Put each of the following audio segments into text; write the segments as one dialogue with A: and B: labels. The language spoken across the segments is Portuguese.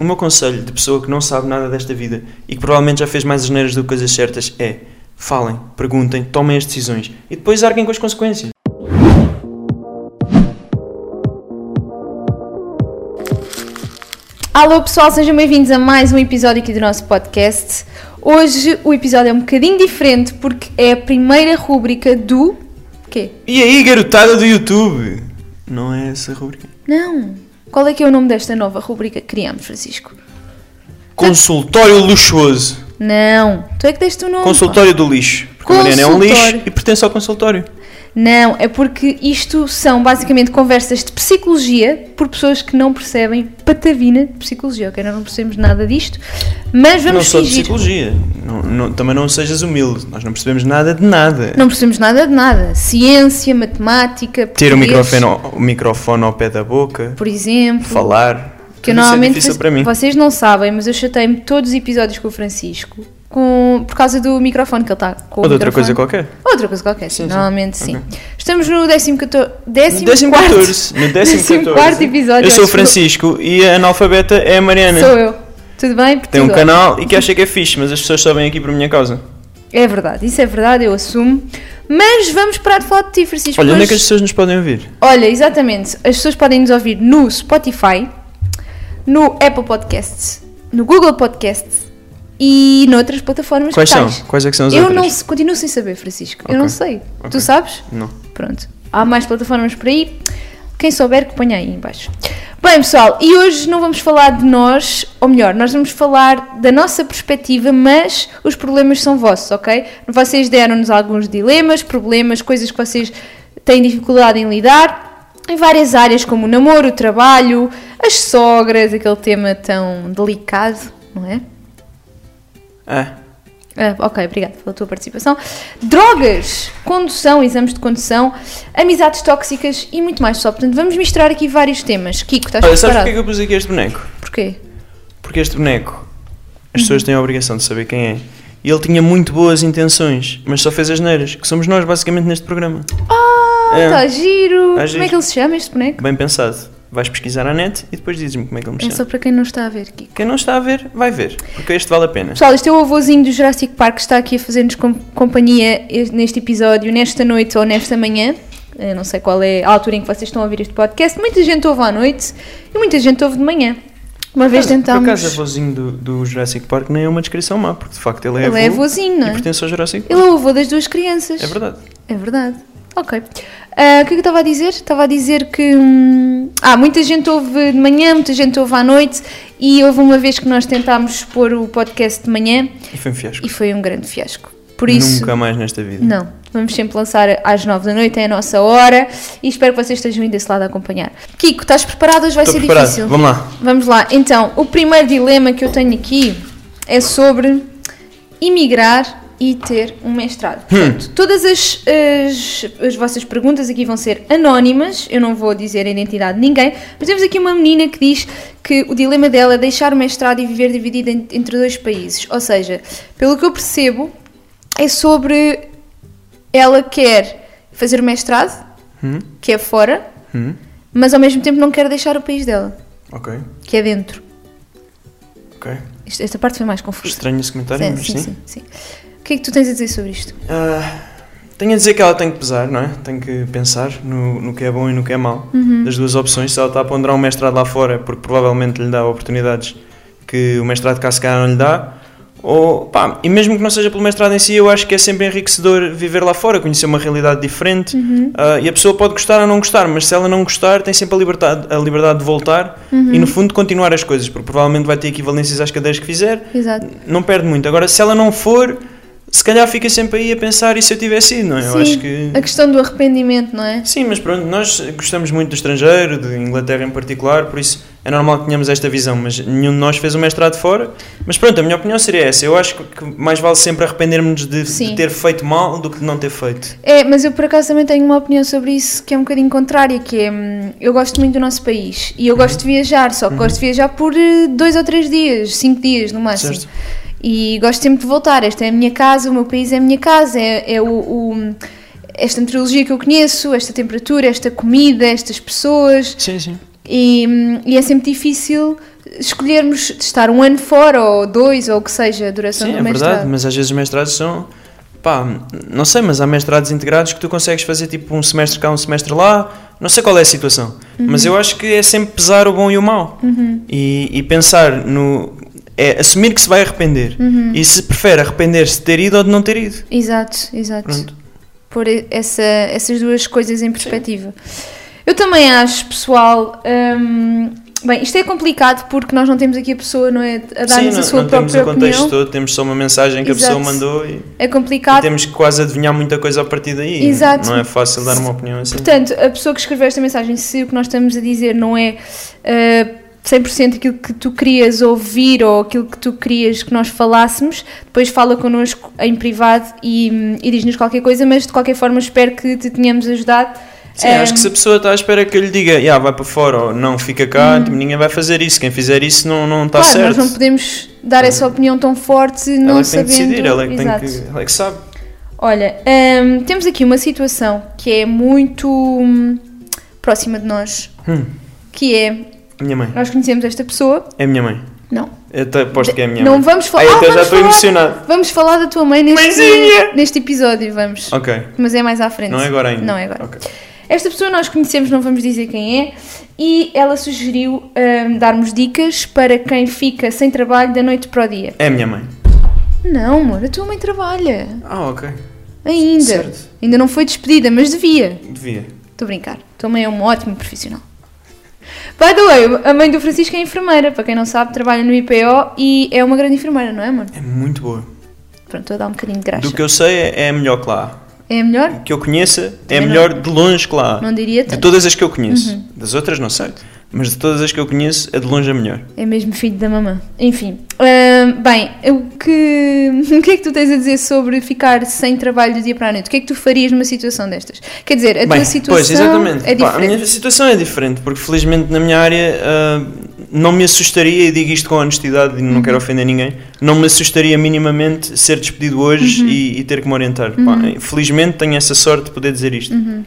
A: O meu conselho de pessoa que não sabe nada desta vida e que provavelmente já fez mais asneiras do que coisas certas é falem, perguntem, tomem as decisões e depois arguem com as consequências.
B: Alô pessoal, sejam bem-vindos a mais um episódio aqui do nosso podcast. Hoje o episódio é um bocadinho diferente porque é a primeira rúbrica do. quê?
A: E aí, garotada do YouTube? Não é essa a rubrica?
B: Não! Qual é que é o nome desta nova rúbrica que criamos, Francisco?
A: Consultório luxuoso.
B: Não! Tu é que deste o nome! pá.
A: Consultório do lixo. Porque a Mariana é um
B: Consultório.
A: lixo e pertence ao consultório.
B: Não, é porque isto são basicamente conversas de psicologia por pessoas que não percebem patavina de psicologia, ok? Nós não percebemos nada disto, mas vamos
A: não só de
B: fingir.
A: psicologia. Não- não- também não sejas humilde. Nós não percebemos nada de nada.
B: Não percebemos nada de nada. Ciência, matemática,
A: Ter o
B: português,
A: microfone, ao- o microfone ao pé da boca,
B: por exemplo.
A: falar.
B: Que
A: Tudo isso
B: eu
A: é
B: normalmente
A: difícil
B: vocês-
A: para mim.
B: vocês não sabem, mas eu chatei-me todos os episódios com o Francisco com, por causa do microfone que ele está com. o
A: Ou de outra coisa
B: microfone.
A: qualquer.
B: Outra coisa qualquer, sim,
A: Sim, sim.
B: normalmente sim. Estamos no 14. 14.
A: Décimo 14, no décimo 14.
B: 14 episódio.
A: Eu sou o
B: acho que
A: Francisco e a analfabeta é a Mariana.
B: Sou eu. Tudo bem?
A: Tem um
B: Portugal?
A: canal e que acha que é fixe, mas as pessoas só vêm aqui por minha causa.
B: É verdade, isso é verdade, eu assumo. Mas vamos parar de falar de ti, Francisco.
A: Olha, onde é
B: Hoje-
A: que as pessoas nos podem ouvir?
B: Olha, exatamente. As pessoas podem nos ouvir no Spotify, no Apple Podcasts, no Google Podcasts e noutras plataformas
A: Quais
B: que
A: são?
B: tais.
A: Quais é que são as
B: Eu
A: outras?
B: não se- continuo sem saber, Francisco.
A: Ok.
B: Eu não sei.
A: Ok.
B: Tu sabes?
A: Não.
B: Pronto. Há mais plataformas por aí. Quem souber que ponha aí em baixo. Bem, pessoal, e hoje não vamos falar de nós, ou melhor, nós vamos falar da nossa perspectiva, mas os problemas são vossos, ok? Vocês deram-nos alguns dilemas, problemas, coisas que vocês têm dificuldade em lidar, em várias áreas, como o namoro, o trabalho, as sogras, aquele tema tão delicado, não é?
A: Ah,
B: Ah, ok, obrigada pela tua participação. Drogas, condução, exames de condução, amizades tóxicas e muito mais só. Portanto, vamos misturar aqui vários temas. Kiko, estás
A: olha, sabes
B: preparado?
A: porquê que eu pus aqui este boneco?
B: Porquê?
A: Porque este boneco, as pessoas
B: Uhum.
A: têm a obrigação de saber quem é. E ele tinha muito boas intenções, mas só fez as neiras, que somos nós basicamente neste programa.
B: Ah,
A: É.
B: está giro.
A: Tá
B: Como
A: giro.
B: é que ele se chama, este boneco?
A: Bem pensado. Vais pesquisar à net e depois dizes-me como é que ele me
B: É
A: chama.
B: só para quem não está a ver, Kiko.
A: Quem não está a ver, vai ver, porque este vale a pena.
B: Pessoal, este é o avôzinho do Jurassic Park que está aqui a fazer-nos com- companhia este- neste episódio, nesta noite ou nesta manhã. Eu não sei qual é a altura em que vocês estão a ouvir este podcast. Muita gente ouve à noite e muita gente ouve de manhã. Uma vez
A: Por acaso-
B: tentámos.
A: Por acaso, avôzinho do, do Jurassic Park nem é uma descrição má, porque de facto ele é
B: Ele
A: avô
B: é avôzinho, não
A: e
B: é?
A: pertence ao Jurassic Park.
B: Ele é o avô das duas crianças.
A: É verdade.
B: É verdade. Ok. Ah, o que é que eu estava a dizer? Estava a dizer que. Hum, ah, muita gente ouve de manhã, muita gente ouve à noite e houve uma vez que nós tentámos pôr o podcast de manhã
A: E foi um fiasco.
B: e foi um grande fiasco. Por isso.
A: Nunca mais nesta vida.
B: Não, vamos sempre lançar às nove da noite, é a nossa hora e espero que vocês estejam aí desse lado a acompanhar. Kiko, estás preparado? Hoje vai
A: Estou
B: ser
A: preparado.
B: difícil.
A: Vamos lá.
B: Vamos lá, então, o primeiro dilema que eu tenho aqui é sobre emigrar e ter um mestrado. Portanto, todas as, as, as vossas perguntas aqui vão ser anónimas, eu não vou dizer a identidade de ninguém, mas temos aqui uma menina que diz que o dilema dela é deixar o mestrado e viver dividida en- entre dois países. Ou seja, pelo que eu percebo, é sobre ela quer fazer o mestrado,
A: Hum?
B: que é fora,
A: Hum?
B: mas ao mesmo tempo não quer deixar o país dela,
A: Ok,
B: que é dentro.
A: ok.
B: Isto- Esta parte foi mais confusa.
A: Estranho esse comentário, mas sim.
B: sim, sim. O que é que tu tens a dizer sobre isto?
A: Ah, tenho a dizer que ela tem que pesar, não é? Tem que pensar no, no que é bom e no que é mau. Das duas opções, se ela está a ponderar um mestrado lá fora, porque provavelmente lhe dá oportunidades que o mestrado cá se calhar não lhe dá. Ou, pá, e mesmo que não seja pelo mestrado em si, eu acho que é sempre enriquecedor viver lá fora, conhecer uma realidade diferente. Ah, e a pessoa pode gostar ou não gostar, mas se ela não gostar, tem sempre a liberdade, a liberdade de voltar e, no fundo, continuar as coisas, porque provavelmente vai ter equivalências às cadeiras que fizer
B: Exato.
A: não perde muito. Agora, se ela não for, se calhar fica sempre aí a pensar e se eu tivesse ido, não é? eu
B: sim,
A: acho que.
B: a questão do arrependimento, não é?
A: Sim, mas pronto, nós gostamos muito do estrangeiro, de Inglaterra em particular, por isso é normal que tenhamos esta visão, mas nenhum de nós fez o mestrado fora. Mas pronto, a minha opinião seria essa. Eu acho que mais vale sempre arrependermos de, de
B: Sim.
A: ter feito mal do que de não ter feito.
B: É, mas eu por acaso também tenho uma opinião sobre isso que é um bocadinho contrária, que é, hum, eu gosto muito do nosso país e eu gosto
A: Uhum.
B: de viajar, só que gosto de viajar por eh, dois ou três dias, cinco dias no máximo.
A: Certo.
B: E gosto sempre de voltar, esta é a minha casa, o meu país é a minha casa, é, é o, o- esta meteorologia que eu conheço, esta temperatura, esta comida, estas pessoas,
A: Sim, sim.
B: E, hum, e é sempre difícil escolhermos estar um ano fora ou dois ou o que seja a duração
A: Sim,
B: do
A: é
B: mestrado.
A: verdade, mas às vezes os mestrados são. Pá, não sei, mas há mestrados integrados que tu consegues fazer tipo um semestre cá, um semestre lá. Não sei qual é a situação, mas
B: Uhum.
A: eu acho que é sempre pesar o bom e o mau. E, e pensar no. É assumir que se vai arrepender.
B: Uhum.
A: E se prefere arrepender-se de ter ido ou de não ter ido.
B: Exato, exato.
A: Pronto.
B: Pôr essa, essas duas coisas em perspectiva. Eu também acho, pessoal. hum, bem, isto é complicado porque nós não temos aqui a pessoa, não é? A
A: Sim,
B: dar-nos
A: não,
B: a sua
A: não temos
B: própria
A: o contexto
B: opinião.
A: todo, temos só uma mensagem que a
B: Exato.
A: pessoa mandou e,
B: É
A: e
B: complicado.
A: temos que quase adivinhar muita coisa a partir daí.
B: Exato.
A: Não é fácil dar uma opinião assim.
B: Portanto, a pessoa que escreveu esta mensagem, se o que nós estamos a dizer não é ah, 100% aquilo que tu querias ouvir ou aquilo que tu querias que nós falássemos, depois fala connosco em privado e, hum, e diz-nos qualquer coisa, mas de qualquer forma espero que te tenhamos ajudado.
A: Sim,
B: É.
A: acho que se a pessoa está à espera que eu lhe diga, "Ya, vai para fora ou não, fica cá, tipo, ninguém vai fazer isso. Quem fizer isso não, não está Tá
B: Uhum. claro,
A: certo. Uhum.
B: nós não podemos dar essa opinião tão forte, não
A: ela é que tem
B: sabendo.
A: que decidir, ela é que, tem
B: Exato.
A: que, ela é que sabe.
B: Olha, hum, temos aqui uma situação que é muito hum, próxima de nós,
A: Hum.
B: que é
A: Minha mãe,
B: nós conhecemos esta pessoa,
A: é minha mãe.
B: não,
A: Eu até aposto que é a minha
B: não
A: mãe.
B: vamos falar.
A: Ai,
B: Ah,
A: até já
B: vamos
A: estou
B: falar-
A: emocionado.
B: Vamos falar da tua mãe neste,
A: Mãezinha!
B: neste episódio, vamos.
A: Ok,
B: Mas é mais à frente.
A: não é agora ainda.
B: Não é agora.
A: Ok.
B: Esta pessoa nós conhecemos, não vamos dizer quem é, e ela sugeriu hum, darmos dicas para quem fica sem trabalho da noite para o dia.
A: É a minha mãe.
B: Não, amor, a tua mãe trabalha.
A: Ah, ok.
B: Ainda.
A: Certo.
B: Ainda não foi despedida, mas devia.
A: Devia.
B: Estou a brincar. Tua mãe é uma ótima profissional. By the way, a mãe do Francisco é enfermeira. Para quem não sabe, trabalha no IPO e é uma grande enfermeira, não é, mano?
A: É muito boa.
B: Pronto, estou a dar um bocadinho de graça.
A: Do que eu sei, é é a melhor que lá há.
B: É a melhor?
A: que eu conheça é
B: Também
A: a
B: não-
A: melhor de longe que lá há.
B: Não Uhum. diria
A: De
B: tanto.
A: todas as que eu conheço. Das outras não sei. Mas de todas as que eu conheço, a de longe a melhor.
B: É mesmo filho da mamã. Enfim. Ahm, bem, o que, o que é que tu tens a dizer sobre ficar sem trabalho do dia para a noite? O que é que tu farias numa situação destas? Quer dizer, a tua
A: Bem,
B: situação
A: pois, exatamente.
B: é
A: Pá, a
B: diferente.
A: minha situação é diferente, porque felizmente na minha área ah, não me assustaria, e digo isto com honestidade e não
B: Uhum.
A: quero ofender ninguém, não me assustaria minimamente ser despedido hoje
B: Uhum.
A: e, e ter que me orientar. Pá, felizmente tenho essa sorte de poder dizer isto.
B: Uhum.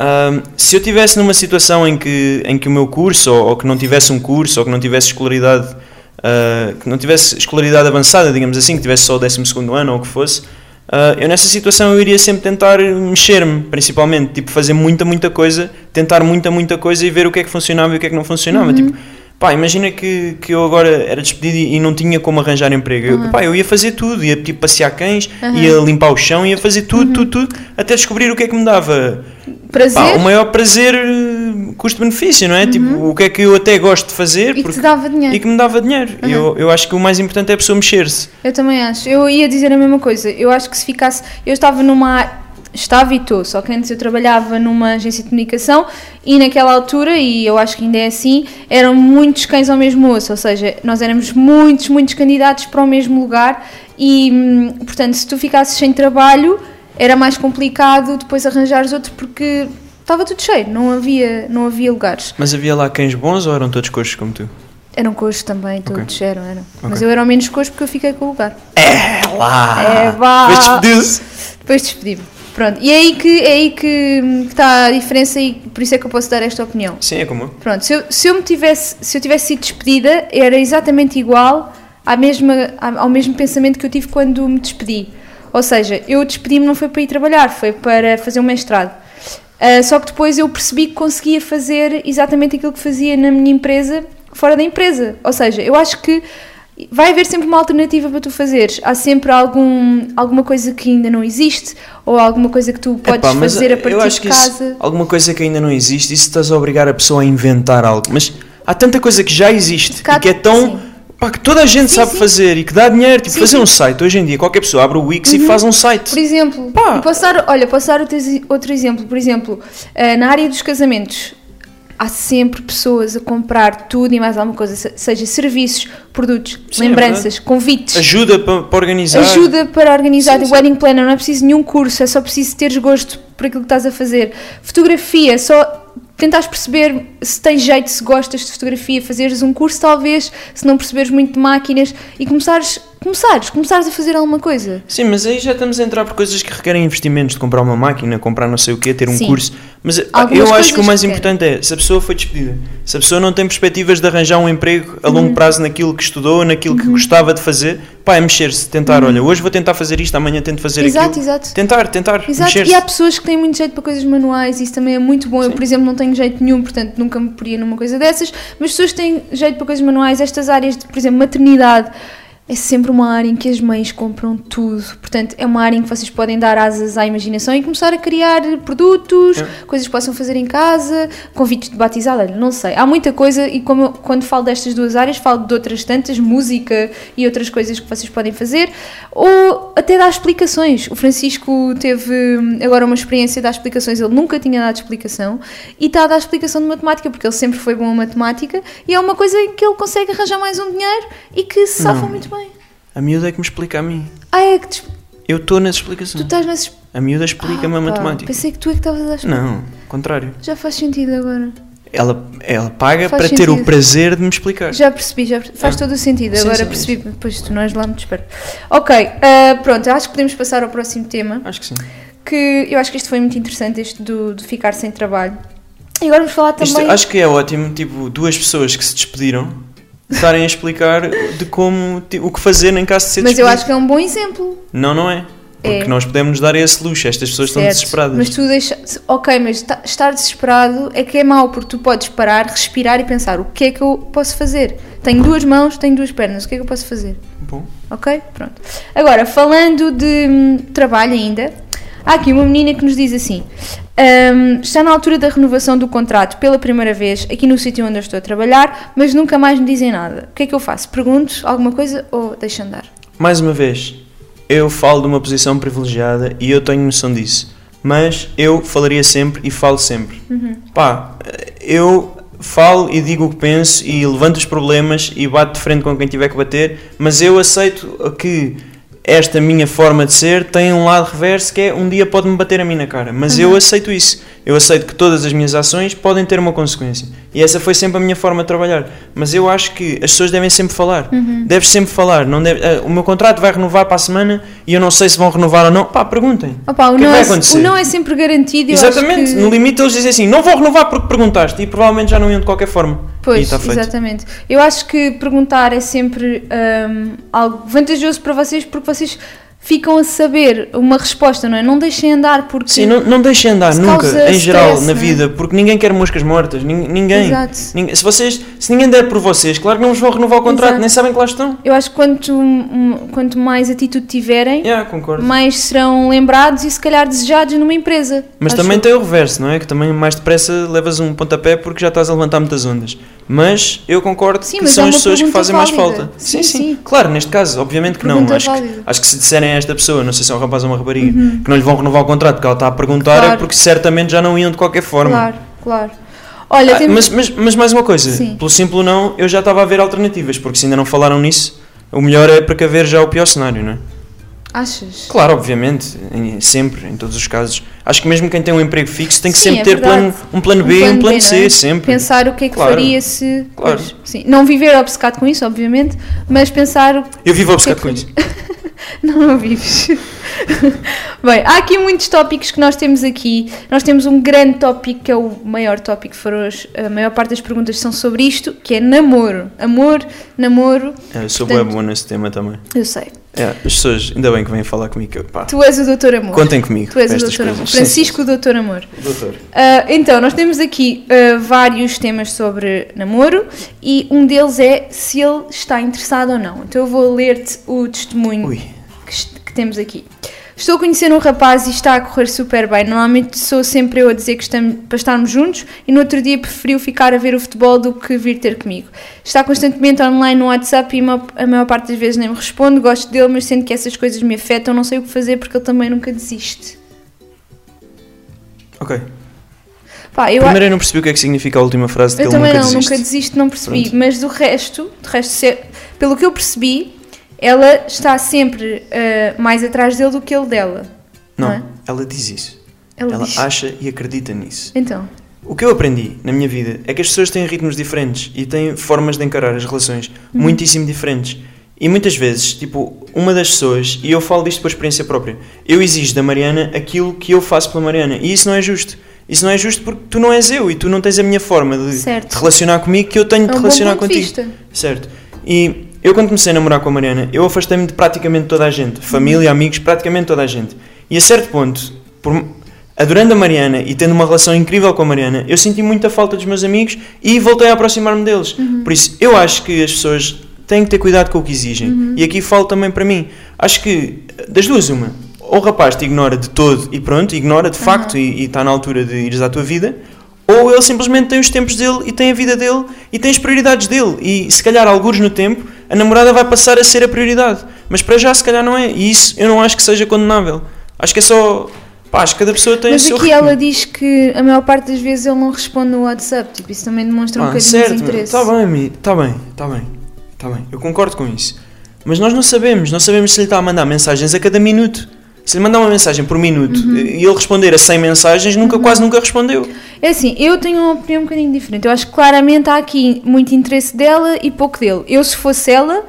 A: Ah, se eu estivesse numa situação em que, em que o meu curso, ou, ou que não tivesse um curso, ou que não tivesse escolaridade, ah, que não tivesse escolaridade avançada, digamos assim, que tivesse só o 12 ano ou o que fosse, ah, eu nessa situação eu iria sempre tentar mexer-me, principalmente, tipo fazer muita, muita coisa, tentar muita, muita coisa e ver o que é que funcionava e o que é que não
B: Uhum.
A: funcionava. Tipo, pá, imagina que, que eu agora era despedido e e não tinha como arranjar emprego.
B: Uhum.
A: Eu, pá, eu ia fazer tudo, ia tipo, passear cães, ia limpar o chão, ia fazer
B: Uhum.
A: tudo, tudo, tudo, até descobrir o que é que me dava.
B: Prazer Uhum.
A: Pá, o maior prazer eh, custo-benefício, não é? Tipo, o que é que eu até gosto de fazer
B: e que te
A: porque-
B: dava dinheiro.
A: e que me dava dinheiro. Eu, eu acho que o mais importante é a pessoa mexer-se.
B: Eu também acho. Eu ia dizer a mesma coisa. Eu acho que se ficasse. Eu estava numa. Estava e estou, só que antes eu trabalhava numa agência de comunicação e naquela altura, e eu acho que ainda é assim, eram muitos cães ao mesmo osso, ou seja, nós éramos muitos, muitos candidatos para o mesmo lugar e, hum, portanto, se tu ficasses sem trabalho, era mais complicado depois arranjares outro porque estava tudo cheio, não havia, não havia lugares.
A: Mas havia lá cães bons ou eram todos coxos como tu?
B: Eram coxos também, todos eram, eram. Mas
A: Ok.
B: eu era ao menos coxo porque eu fiquei com o lugar.
A: É lá!
B: É vá.
A: Mas despediu-se.
B: Depois despedi-me. Pronto, e é aí que é aí que que está a diferença e por isso é que eu posso dar esta opinião.
A: Sim, é como eu.
B: Pronto, se eu, se eu me tivesse, se eu tivesse sido despedida, era exatamente igual à mesma, à- ao mesmo pensamento que eu tive quando me despedi. Ou seja, eu despedi-me não foi para ir trabalhar, foi para fazer um mestrado. Ah, só que depois eu percebi que conseguia fazer exatamente aquilo que fazia na minha empresa, fora da empresa. Ou seja, eu acho que vai haver sempre uma alternativa para tu fazeres. Há sempre algum, alguma coisa que ainda não existe ou alguma coisa que tu podes
A: Epá, mas
B: fazer a
A: eu
B: partir
A: acho
B: de
A: que isso-
B: casa.
A: alguma coisa que ainda não existe, isso estás a obrigar a pessoa a inventar algo. Mas há tanta coisa que já existe
B: Cá-
A: e que é tão.
B: sim.
A: Pá, que toda a gente
B: Sim,
A: sabe
B: sim.
A: fazer e que dá dinheiro. Tipo,
B: Sim,
A: fazer
B: sim.
A: um site. Hoje em dia, qualquer pessoa abre o Wix e faz um site.
B: Por exemplo,
A: Pá.
B: e posso dar, olha, posso dar outro, exi- outro exemplo. Por exemplo, eh, na área dos casamentos, há sempre pessoas a comprar tudo e mais alguma coisa, se- seja serviços, produtos,
A: Sim, é
B: lembranças, convites.
A: Ajuda para organizar.
B: Ajuda para organizar
A: Sim,
B: o
A: sim.
B: wedding planner, não é preciso nenhum curso, é só preciso teres gosto por aquilo que estás a fazer. Fotografia, só tentares perceber se tens jeito, se gostas de fotografia, fazeres um curso talvez, se não perceberes muito de máquinas e começares, começares, começares a fazer alguma coisa.
A: Sim, mas aí já estamos a entrar por coisas que requerem investimentos, de comprar uma máquina, comprar não sei o quê, ter um
B: Sim.
A: curso. Mas ah,
B: Algumas
A: eu
B: coisas
A: acho que o mais
B: requerem.
A: importante é, se a pessoa foi despedida, se a pessoa não tem perspectivas de arranjar um emprego a
B: Uhum.
A: longo prazo naquilo que estudou, naquilo que gostava de fazer, pá, é mexer-se, tentar, olha, hoje vou tentar fazer isto, amanhã tento fazer
B: Uhum. Exato,
A: aquilo.
B: exato.
A: Tentar, tentar,
B: Exato,
A: mexer-se.
B: e há pessoas que têm muito jeito para coisas manuais e isso também é muito bom. Eu, por exemplo, não tenho jeito nenhum, portanto nunca me poria numa coisa dessas, mas pessoas que têm jeito para coisas manuais, estas áreas de, por exemplo, maternidade, é sempre uma área em que as mães compram tudo. Portanto, é uma área em que vocês podem dar asas à imaginação e começar a criar produtos, coisas que possam fazer em casa, convites de batizado, olha, não sei. Há muita coisa e como eu- quando falo destas duas áreas, falo de outras tantas, música e outras coisas que vocês podem fazer, ou até dar explicações. O Francisco teve hum, agora uma experiência de dar explicações, ele nunca tinha dado explicação e está a dar explicação de matemática, porque ele sempre foi bom a matemática e é uma coisa em que ele consegue arranjar mais um dinheiro e que se safa
A: Não.
B: muito bem.
A: A miúda é que me explica a mim.
B: Ah, é que tu,
A: Eu estou nas
B: tu
A: explicações.
B: estás nessas.
A: A miúda explica-me a
B: Ah, pá,
A: matemática.
B: Pensei que tu é que estavas a dar expli-
A: Não, contrário.
B: Já faz sentido agora.
A: Ela, ela paga
B: Faz
A: para ter o
B: sentido.
A: prazer de me explicar.
B: Já percebi, já percebi. faz
A: Ah.
B: todo o sentido.
A: Sim,
B: agora
A: sim,
B: percebi, pois tu não és lá muito esperto. Ok, ah, pronto, acho que podemos passar ao próximo tema.
A: Acho que sim.
B: Que eu acho que isto foi muito interessante, este do, de ficar sem trabalho. E agora vamos falar
A: Isto
B: também.
A: acho que é ótimo, tipo, duas pessoas que se despediram estarem a explicar de como, ti- o que fazer em caso de ser
B: Mas eu
A: despedido.
B: acho que é um bom exemplo.
A: Não, não é. Porque
B: É.
A: nós podemos dar esse luxo, estas pessoas
B: Certo.
A: estão desesperadas.
B: Mas tu deixa... Ok, mas ta- estar desesperado é que é mau, porque tu podes parar, respirar e pensar: o que é que eu posso fazer? Tenho duas mãos, tenho duas pernas, o que é que eu posso fazer?
A: Bom,
B: Ok? Pronto. Agora, falando de hum, trabalho ainda, há aqui uma menina que nos diz assim: "Hum, está na altura da renovação do contrato pela primeira vez aqui no sítio onde eu estou a trabalhar, mas nunca mais me dizem nada. O que é que eu faço? Pergunto alguma coisa ou deixo andar?
A: mais uma vez, eu falo de uma posição privilegiada e eu tenho noção disso. Mas eu falaria sempre e falo sempre.
B: Uhum.
A: Pá, eu falo e digo o que penso e levanto os problemas e bato de frente com quem tiver que bater, mas eu aceito que esta minha forma de ser tem um lado reverso que é um dia pode-me bater a mim na cara, mas
B: Uhum.
A: eu aceito isso. Eu aceito que todas as minhas ações podem ter uma consequência. E essa foi sempre a minha forma de trabalhar. Mas eu acho que as pessoas devem sempre falar.
B: Uhum.
A: Deves sempre falar. Não deve- ah, o meu contrato vai renovar para a semana e eu não sei se vão renovar ou não. Pá, perguntem.
B: Opa, o,
A: O que é que
B: não
A: vai
B: é,
A: acontecer?
B: o não é sempre garantido. eu acho
A: Exatamente,
B: que-
A: no limite eles dizem assim: não vou renovar porque perguntaste, e provavelmente já não iam de qualquer forma. e
B: Pois,
A: está tá feito.
B: exatamente. Eu acho que perguntar é sempre hum, algo vantajoso para vocês porque vocês ficam a saber uma resposta, não é? Não deixem andar porque.
A: Sim, não, não deixem andar
B: Se
A: nunca,
B: causa
A: em geral,
B: stress,
A: na
B: não é?
A: vida, porque ninguém quer moscas mortas, nin- ninguém.
B: Exato.
A: Ninguém- se, vocês, se ninguém der por vocês, claro que não vos vão renovar o contrato,
B: Exato.
A: nem sabem que lá estão.
B: Eu acho que quanto, um, quanto mais atitude tiverem,
A: Yeah, concordo.
B: mais serão lembrados e se calhar desejados numa empresa.
A: Mas
B: Acho
A: também tem o reverso, não é? Que também mais depressa levas um pontapé porque já estás a levantar muitas ondas. Mas eu concordo
B: Sim,
A: que
B: mas
A: são
B: é
A: as
B: uma
A: pessoas que
B: pergunta
A: fazem mais
B: válida.
A: falta. Sim
B: Sim,
A: sim,
B: sim.
A: Claro, neste caso, obviamente que não.
B: Pergunta
A: Acho que,
B: válida. Uhum.
A: acho que se disserem a esta pessoa, não sei se é um rapaz ou uma rapariga, que não lhe vão renovar o contrato porque ela está a perguntar, é
B: Claro.
A: porque certamente já não iam de qualquer forma.
B: Claro, claro. Olha,
A: Ah,
B: temos...
A: mas, mas- mas mais uma coisa,
B: Sim.
A: pelo simples não, eu já estava a ver alternativas, porque se ainda não falaram nisso, o melhor é precaver já o pior cenário, não é?
B: achas?
A: Claro, obviamente, em- sempre, em todos os casos. Acho que mesmo quem tem um emprego fixo tem que
B: Sim,
A: sempre
B: é
A: ter
B: verdade.
A: plano, um plano B e um plano, C,
B: não é?
A: sempre.
B: Pensar o que é que
A: Claro.
B: faria se.
A: Claro.
B: Pois, sim. Não viver obcecado com isso, obviamente, mas pensar o é
A: Eu vivo obcecado com
B: Sim,
A: isso.
B: Não, não vives. Bem, há aqui muitos tópicos que nós temos aqui. Nós temos um grande tópico, que é o maior tópico que foram hoje. A maior parte das perguntas são sobre isto, que é namoro. Amor, namoro.
A: É, Eu sou
B: Portanto-
A: bem boa nesse tema também.
B: Eu sei.
A: É, as pessoas, ainda bem que vêm falar comigo, que eu- pá,
B: Tu és o doutor amor.
A: contem comigo.
B: tu és
A: para
B: o
A: estas
B: doutor amor.
A: coisas.
B: Francisco, o doutor amor.
A: Sim, sim. Doutor.
B: Ah, então, nós temos aqui ah, vários temas sobre namoro e um deles é se ele está interessado ou não. Então eu vou ler-te o testemunho
A: Ui.
B: que, est- que temos aqui. Estou a conhecer um rapaz e está a correr super bem. Normalmente sou sempre eu a dizer que estamos, para estarmos juntos e no outro dia preferiu ficar a ver o futebol do que vir ter comigo. Está constantemente online no WhatsApp e ma- a maior parte das vezes nem me responde. Gosto dele, mas sendo que essas coisas me afetam, não sei o que fazer porque ele também nunca desiste.
A: Ok.
B: Pá, eu a-
A: Primeiro eu não percebi o que é que significa a última frase de que
B: Eu
A: ele
B: também
A: nunca
B: não,
A: desiste.
B: nunca desisto, não percebi.
A: Pronto.
B: Mas do resto, do resto se- pelo que eu percebi, ela está sempre ah, mais atrás dele do que ele dela.
A: Não,
B: não é?
A: ela diz isso.
B: Ela,
A: Ela
B: diz.
A: acha e acredita nisso.
B: Então,
A: O que eu aprendi na minha vida é que as pessoas têm ritmos diferentes e têm formas de encarar as relações
B: Uhum.
A: muitíssimo diferentes. E muitas vezes, tipo, uma das pessoas, e eu falo disto por experiência própria, eu exijo da Mariana aquilo que eu faço pela Mariana. E isso não é justo. Isso não é justo porque tu não és eu e tu não tens a minha forma de
B: Certo.
A: te relacionar comigo que eu tenho
B: É
A: de
B: um
A: te
B: bom
A: relacionar
B: ponto de
A: contigo.
B: vista.
A: Certo. E eu quando comecei a namorar com a Mariana, eu afastei-me de praticamente toda a gente. Família, amigos, praticamente toda a gente. E a certo ponto, por- adorando a Mariana e tendo uma relação incrível com a Mariana, eu senti muita falta dos meus amigos e voltei a aproximar-me deles. Por isso, eu acho que as pessoas têm que ter cuidado com o que exigem. E aqui falo também para mim. Acho que, das duas, uma. Ou o rapaz te ignora de todo e pronto, ignora de facto e e está na altura de ires à tua vida, ou ele simplesmente tem os tempos dele e tem a vida dele e tem as prioridades dele. E se calhar, alguns no tempo, a namorada vai passar a ser a prioridade. Mas para já, se calhar, não é. E isso eu não acho que seja condenável. Acho que é só. Pá, acho que cada pessoa tem
B: Mas
A: o seu.
B: aqui
A: ritmo.
B: ela diz que a maior parte das vezes ele não responde no WhatsApp, tipo, isso também demonstra um
A: Ah,
B: bocadinho de
A: certo,
B: desinteresse.
A: Está bem, mi- está bem, está bem, está bem. Eu concordo com isso. Mas nós não sabemos, não sabemos se lhe está a mandar mensagens a cada minuto. Se lhe mandar uma mensagem por minuto
B: Uhum.
A: e ele responder a 100 mensagens, nunca, quase nunca respondeu.
B: É assim, eu tenho uma opinião um bocadinho diferente. Eu acho que claramente há aqui muito interesse dela e pouco dele. Eu, se fosse ela,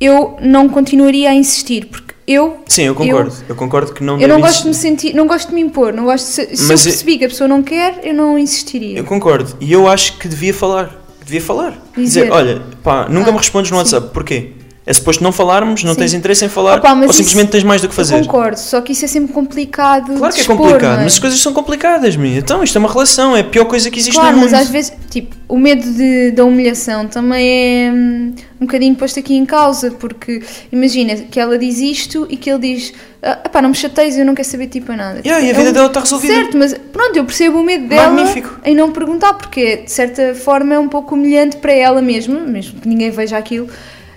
B: eu não continuaria a insistir, porque eu.
A: Sim, eu concordo. Eu, concordo que não
B: Eu não
A: deve
B: gosto de me sentir, não gosto de me impor, não gosto de, se, se eu
A: Mas eu-
B: percebi que a pessoa não quer, eu não insistiria.
A: Eu concordo. E eu acho que devia falar. Devia falar.
B: Dizer.
A: Dizer, olha, pá, nunca
B: Ah,
A: me respondes no
B: sim.
A: WhatsApp. Porquê? É suposto não falarmos, não
B: Sim.
A: tens interesse em falar,
B: Opa, mas
A: ou
B: isso-
A: simplesmente tens mais do que fazer.
B: concordo, só que isso é sempre complicado.
A: Claro
B: de
A: que é
B: expor,
A: complicado,
B: não é?
A: mas as coisas são complicadas, minha. Então, isto é uma relação, é a pior coisa que existe
B: Claro,
A: no mundo.
B: mas às vezes, tipo, o medo de, da humilhação também é hum, um bocadinho posto aqui em causa, porque imagina que ela diz isto e que ele diz: ah, pá, não me chateias, eu não quero saber tipo a nada.
A: Yeah, e a
B: É
A: vida
B: um-
A: dela está resolvida.
B: Certo, mas pronto, eu percebo o medo dela
A: Magnífico.
B: em não perguntar, porque de certa forma é um pouco humilhante para ela mesma, mesmo que ninguém veja aquilo,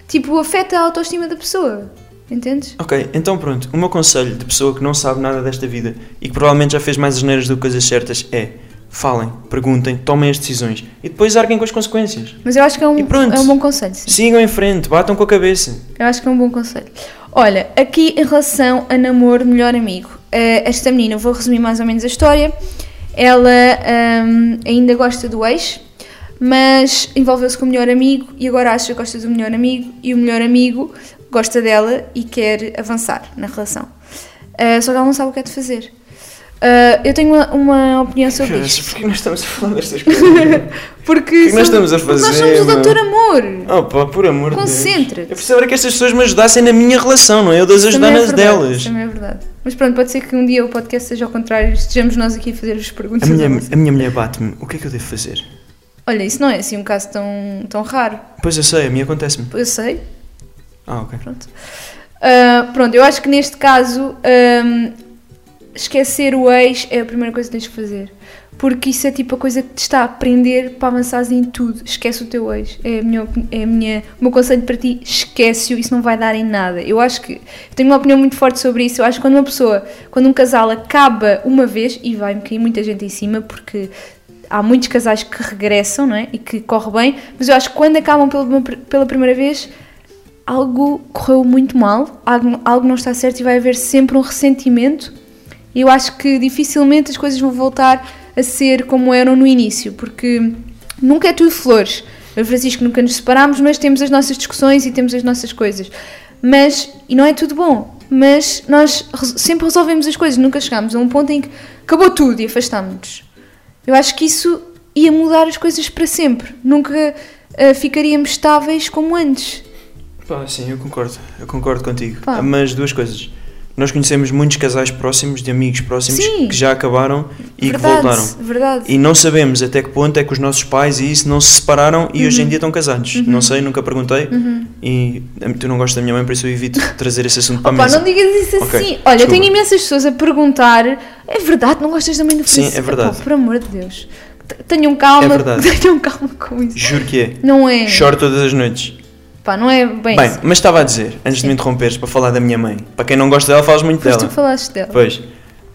B: tipo, afeta a autoestima da pessoa, entendes?
A: Ok, então pronto. O meu conselho de pessoa que não sabe nada desta vida e que provavelmente já fez mais asneiras do que coisas certas é falem, perguntem, tomem as decisões e depois arguem com as consequências.
B: Mas eu acho que é um,
A: E pronto.
B: é um bom conselho. Sim.
A: Sigam em frente, batam com a cabeça.
B: Eu acho que é um bom conselho. Olha, aqui em relação a namoro melhor amigo, eh, esta menina, eu vou resumir mais ou menos a história. Ela ahm, ainda gosta do ex, mas envolveu-se com o melhor amigo e agora acha que gosta do melhor amigo e o melhor amigo gosta dela e quer avançar na relação. Ah, só que ela não sabe o que é de fazer. Ah, eu tenho uma, uma opinião sobre
A: Caralho,
B: isto.
A: Porquê nós estamos a falar destas coisas?
B: Porque
A: que nós
B: somos-
A: estamos a
B: porque nós
A: fazer,
B: somos o
A: meu?
B: doutor amor.
A: Oh pá, por amor de
B: Concentra-te.
A: Deus. Eu precisava que estas pessoas me ajudassem na minha relação, não é? Eu das
B: Isso
A: ajudar
B: também é
A: nas
B: verdade, isso
A: delas.
B: Também é verdade. Mas pronto, pode ser que um dia o podcast seja ao contrário e estejamos nós aqui a fazer-vos
A: A
B: perguntas.
A: minha,
B: da nossa-
A: a minha mulher bate-me. O que é que eu devo fazer?
B: Olha, isso não é assim um caso tão, tão raro.
A: Pois eu sei, a minha acontece-me.
B: Eu sei,
A: Ah, ok.
B: pronto. Ah, pronto, eu acho que neste caso ahm, esquecer o ex é a primeira coisa que tens que fazer. Porque isso é tipo a coisa que te está a prender para avançares em tudo. Esquece o teu ex. É, a minha, opini- é a minha, o meu conselho para ti, esquece-o, isso não vai dar em nada. Eu acho que tenho uma opinião muito forte sobre isso. Eu acho que quando uma pessoa, quando um casal acaba uma vez, e vai-me cair muita gente em cima, porque há muitos casais que regressam, não é? E que corre bem, mas eu acho que quando acabam pela, pela primeira vez, algo correu muito mal, algo, algo não está certo e vai haver sempre um ressentimento. E eu acho que dificilmente as coisas vão voltar a ser como eram no início, porque nunca é tudo flores. Eu e o Francisco nunca nos separámos, mas temos as nossas discussões e temos as nossas coisas. Mas, e não é tudo bom, mas nós res- sempre resolvemos as coisas, nunca chegámos a um ponto em que acabou tudo e afastámos-nos. Eu acho que isso ia mudar as coisas para sempre. Nunca ah, ficaríamos estáveis como antes.
A: Pá, sim, eu concordo. Eu concordo contigo.
B: Pá.
A: Mas duas coisas. Nós conhecemos muitos casais próximos, de amigos próximos,
B: Sim.
A: que já acabaram e
B: verdade,
A: que voltaram.
B: Verdade.
A: E não sabemos até que ponto é que os nossos pais e isso não se separaram e
B: Uhum.
A: hoje em dia estão casados. Não sei, nunca perguntei. E hum, tu não gostas da minha mãe, por isso eu evito trazer esse assunto para a
B: Opa,
A: mesa.
B: não digas isso
A: Ok,
B: assim. Olha, eu tenho
A: desculpa.
B: imensas pessoas a perguntar: é verdade, não gostas da mãe do
A: Sim,
B: Francisco?
A: é verdade.
B: Epá, por amor de Deus. T- Tenham calma,
A: É verdade.
B: tenham calma com isso.
A: Juro que é.
B: Não é.
A: Choro todas as noites.
B: Pá, não é bem,
A: Bem,
B: isso.
A: mas estava a dizer, antes de me interromperes, para falar da minha mãe. Para quem não gosta dela, falas muito
B: Foste tu
A: dela.
B: que falaste dela.
A: Pois.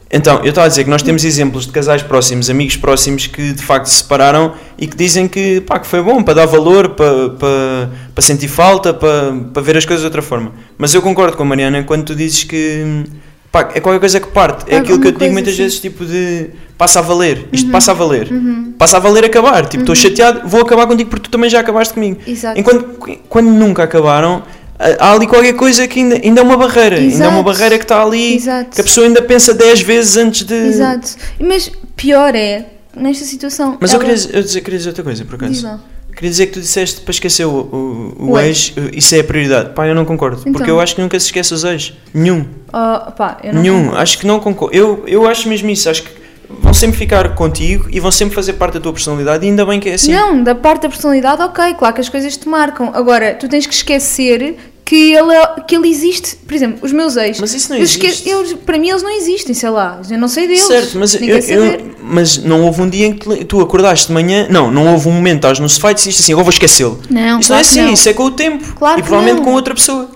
A: Então, eu estava a dizer que nós temos exemplos de casais próximos, amigos próximos que de facto se separaram e que dizem que, pá, que foi bom para dar valor, para, para, para sentir falta, para, para ver as coisas de outra forma. Mas eu concordo com a Mariana quando tu dizes que, pá, Pá, é qualquer coisa que parte. É
B: Alguma
A: aquilo que eu te digo
B: coisa Uhum.
A: muitas
B: assim.
A: vezes, tipo de passa a valer. Isto passa a valer.
B: Uhum.
A: Passa a valer acabar. Tipo, estou chateado, vou acabar contigo porque tu também já acabaste comigo.
B: Exato.
A: Enquanto quando nunca acabaram, há- há ali qualquer coisa que ainda, ainda é uma barreira. Ainda é
B: Exato.
A: uma barreira que está ali,
B: Exato.
A: que a pessoa ainda pensa 10 vezes antes de.
B: Exato. Mas pior é, nesta situação.
A: Mas eu
B: ela-
A: queria, dizer- eu dizer- queria dizer outra coisa, por acaso.
B: Diz lá.
A: Queria dizer que tu disseste para esquecer o, o, o
B: O
A: ex, isso é a prioridade. Pá, eu não concordo. Porque
B: Então.
A: eu acho que nunca se esquece os ex. Nenhum.
B: Oh, pá, eu não
A: Nenhum. Acho que não concordo. Eu, eu acho mesmo isso. Acho que vão sempre ficar contigo e vão sempre fazer parte da tua personalidade. E ainda bem que é assim.
B: Não, da parte da personalidade, ok, claro que as coisas te marcam. Agora, tu tens que esquecer que ele, é- que ele existe. Por exemplo, os meus ex.
A: Mas isso não
B: eu esque-
A: existe.
B: eles- para mim, eles não existem, sei lá. Eu não sei deles.
A: Certo, mas,
B: ninguém
A: eu-
B: sabe.
A: eu- mas não houve um dia em que te- tu acordaste de manhã. Não, não houve um momento, estás no sofá e disseste assim: agora vou esquecê-lo.
B: Não,
A: isso
B: claro
A: não é
B: que
A: assim,
B: não.
A: isso é com o tempo.
B: Claro
A: e
B: que
A: provavelmente
B: não.
A: com outra pessoa.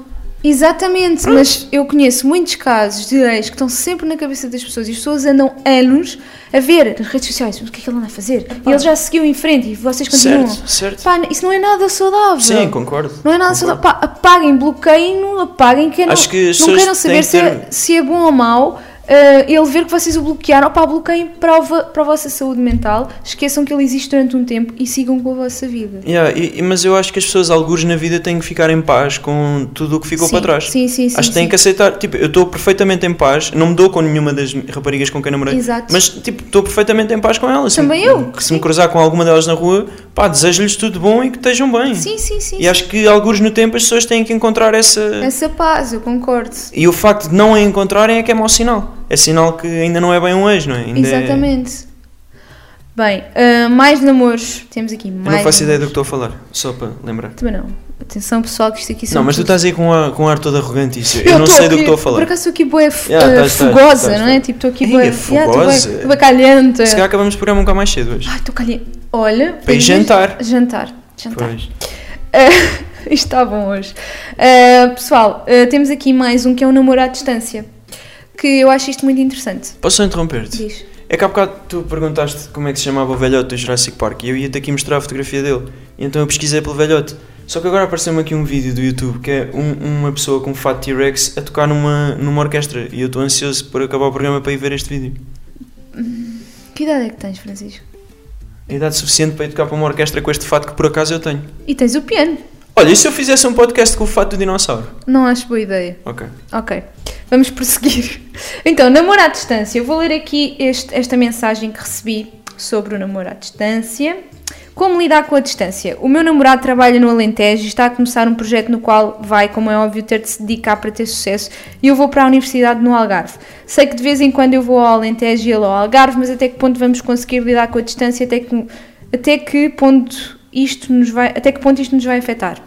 B: Exatamente, mas eu conheço muitos casos de ex que estão sempre na cabeça das pessoas e as pessoas andam anos a ver nas redes sociais mas o que é que ele anda a fazer. E ele já seguiu em frente e vocês continuam.
A: Certo, certo.
B: Pá, isso não é nada saudável.
A: Sim, concordo.
B: Não é nada
A: concordo.
B: saudável. Pá, apaguem, bloqueiem-no, apaguem. Que eu não,
A: Acho que as
B: não
A: pessoas têm
B: queiram saber
A: que
B: se, é,
A: ter-
B: se é bom ou mau. eh, ele ver que vocês o bloquearam, pá, bloqueiem para, o vo- para a vossa saúde mental, esqueçam que ele existe durante um tempo e sigam com a vossa vida.
A: Yeah, e- e- mas eu acho que as pessoas, alguns na vida, têm que ficar em paz com tudo o que ficou
B: Sim,
A: para trás.
B: sim, sim,
A: Acho
B: sim,
A: que têm
B: sim.
A: que aceitar. Tipo, eu estou perfeitamente em paz, não me dou com nenhuma das raparigas com quem namorei.
B: Exato.
A: Mas, tipo, estou perfeitamente em paz com elas. Se
B: Também
A: me-
B: eu,
A: que Se me cruzar com alguma delas na rua, pá, desejo-lhes tudo bom e que estejam bem.
B: Sim, sim, sim.
A: E acho que, alguns no tempo, as pessoas têm que encontrar essa.
B: Essa paz, eu concordo.
A: E o facto de não a encontrarem é que é mau sinal. É sinal que ainda não é bem um ex, não é? Ainda é-
B: Exatamente. Bem, ah, mais namoros. Temos aqui
A: Eu
B: mais.
A: não faço ideia do que
B: namoros.
A: estou a falar, só para lembrar.
B: Também não. Atenção pessoal, que isto aqui são
A: Não, mas tu
B: tudo-
A: estás aí com um ar, com um ar todo arrogante isso. Eu, não
B: tô
A: sei do que Ah,
B: aqui-
A: estou a falar.
B: Por acaso estou aqui boa
A: Yeah, estás, estás,
B: fogosa,
A: estás,
B: não é?
A: estás.
B: Tipo, estou aqui
A: tá, Ih,
B: boa.
A: fogosa.
B: Estou calhenta.
A: Se calhar acabamos o programa um bocado mais cedo hoje.
B: Ai, estou calhenta. Olha.
A: Para ir jantar.
B: Jantar. Jantar.
A: Pois.
B: Ah, Isto está bom hoje. Ah, pessoal, ah, temos aqui mais um que é o namoro à distância. Que eu acho isto muito interessante.
A: Posso só interromper-te?
B: Diz.
A: É que há bocado tu perguntaste como é que se chamava o velhote do Jurassic Park e eu ia-te aqui mostrar a fotografia dele. E então eu pesquisei pelo velhote. Só que agora apareceu-me aqui um vídeo do YouTube que é um- uma pessoa com um fato T-Rex a tocar numa, numa orquestra e eu estou ansioso por acabar o programa para ir ver este vídeo.
B: Que idade é que tens, Francisco?
A: É idade suficiente para ir tocar para uma orquestra com este fato que por acaso eu tenho.
B: E tens o piano. Olha,
A: Olha, e se eu fizesse um podcast com o fato do dinossauro?
B: Não acho boa ideia.
A: Ok.
B: Ok, vamos prosseguir. Então, namoro à distância. Eu vou ler aqui este- esta mensagem que recebi sobre o namoro à distância. Como lidar com a distância? O meu namorado trabalha no Alentejo e está a começar um projeto no qual vai, como é óbvio, ter de se dedicar para ter sucesso e eu vou para a universidade no Algarve. Sei que de vez em quando eu vou ao Alentejo e ele ao Algarve, mas até que ponto vamos conseguir lidar com a distância? Até que, até que ponto isto nos vai, até que ponto isto nos vai afetar?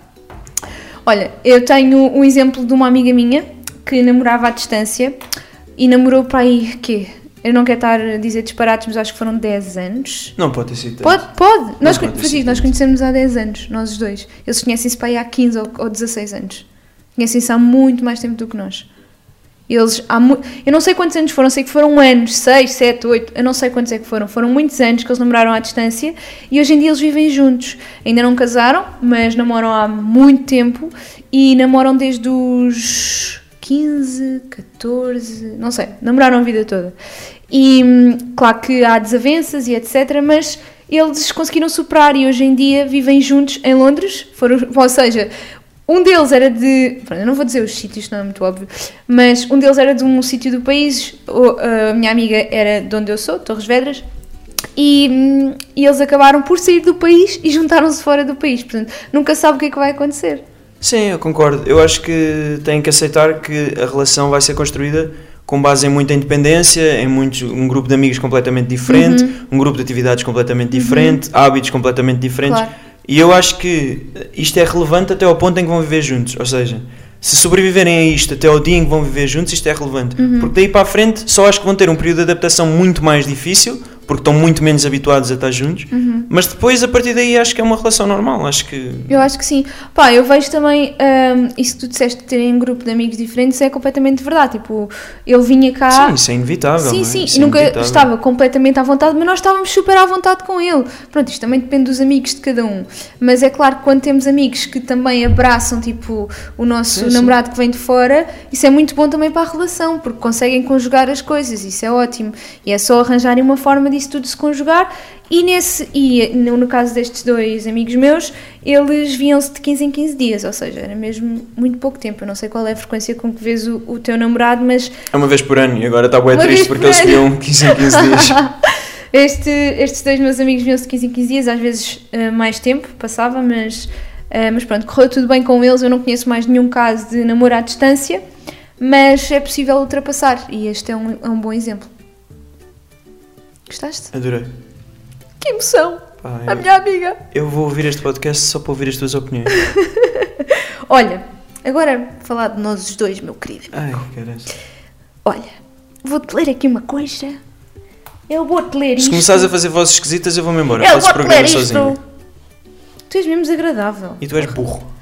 B: Olha, eu tenho um exemplo de uma amiga minha que namorava à distância e namorou para aí quê? Eu não quero estar a dizer disparates, mas acho que foram 10 anos.
A: Não pode ter sido tanto.
B: Pode, pode. Nós,
A: pode
B: con-
A: ter
B: Francisco,
A: sido
B: nós
A: tanto.
B: conhecemos há 10 anos, nós os dois. Eles conhecem-se para aí há 15 ou, ou 16 anos. Conhecem-se há muito mais tempo do que nós. Eles há mu- Eu não sei quantos anos foram, sei que foram anos, 6, 7, 8, eu não sei quantos é que foram. Foram muitos anos que eles namoraram à distância e hoje em dia eles vivem juntos. Ainda não casaram, mas namoram há muito tempo e namoram desde os 15, 14, não sei, namoraram a vida toda. E hum, claro que há desavenças e etc, mas eles conseguiram superar e hoje em dia vivem juntos em Londres, foram, ou seja, um deles era de. pronto, eu não vou dizer os sítios, não é muito óbvio. Mas um deles era de um sítio do país. o- a minha amiga era de onde eu sou, Torres Vedras. E, hum, e eles acabaram por sair do país e juntaram-se fora do país. Portanto, nunca sabe o que é que vai acontecer.
A: Sim, eu concordo. Eu acho que têm que aceitar que a relação vai ser construída com base em muita independência, em muitos, um grupo de amigos completamente diferente, um grupo de atividades completamente diferente, hábitos completamente diferentes.
B: Claro.
A: E eu acho que isto é relevante até ao ponto em que vão viver juntos. Ou seja, se sobreviverem a isto até ao dia em que vão viver juntos, isto é relevante. Porque daí para a frente só acho que vão ter um período de adaptação muito mais difícil, porque estão muito menos habituados a estar juntos, mas depois a partir daí acho que é uma relação normal, acho que
B: Eu acho que sim. Pá, eu vejo também hum, isso que tu disseste de terem um grupo de amigos diferentes é completamente verdade. Tipo, ele vinha cá.
A: sim, isso é inevitável. não
B: Ah, Sim,
A: é?
B: sim,
A: Isso é
B: nunca
A: inevitável.
B: estava completamente à vontade, mas nós estávamos super à vontade com ele. Pronto, isto também depende dos amigos de cada um. Mas é claro que quando temos amigos que também abraçam, tipo, o nosso
A: Sim, sim.
B: namorado que vem de fora, isso é muito bom também para a relação, porque conseguem conjugar as coisas, isso é ótimo. E é só arranjarem uma forma disso tudo se conjugar. E, nesse, e no, no caso destes dois amigos meus, eles viam-se de 15 em 15 dias, ou seja, era mesmo muito pouco tempo. Eu não sei qual é a frequência com que vês o, o teu namorado, mas
A: É uma vez por ano e agora está bem
B: Uma
A: triste
B: vez
A: porque
B: por
A: eles
B: ano.
A: viam 15 em 15 é dias.
B: Este- estes dois meus amigos vinham-se de 15 em 15 dias, às vezes eh, mais tempo passava, mas, eh, mas pronto, correu tudo bem com eles. Eu não conheço mais nenhum caso de namoro à distância, mas é possível ultrapassar e este é um, é um bom exemplo. Gostaste?
A: Adorei.
B: Que emoção!
A: Pá,
B: A
A: eu,
B: minha amiga!
A: eu vou ouvir este podcast só para ouvir as tuas opiniões.
B: Olha, agora falar de nós os dois, meu querido.
A: Ai, caras.
B: Olha, vou-te ler aqui uma coisa. Eu vou-te ler
A: Se
B: isto.
A: começares a fazer vozes esquisitas, eu vou-me embora.
B: Eu
A: Faço o
B: vou-te ler
A: programa
B: isto.
A: sozinho.
B: Tu és mesmo desagradável.
A: E tu és burro.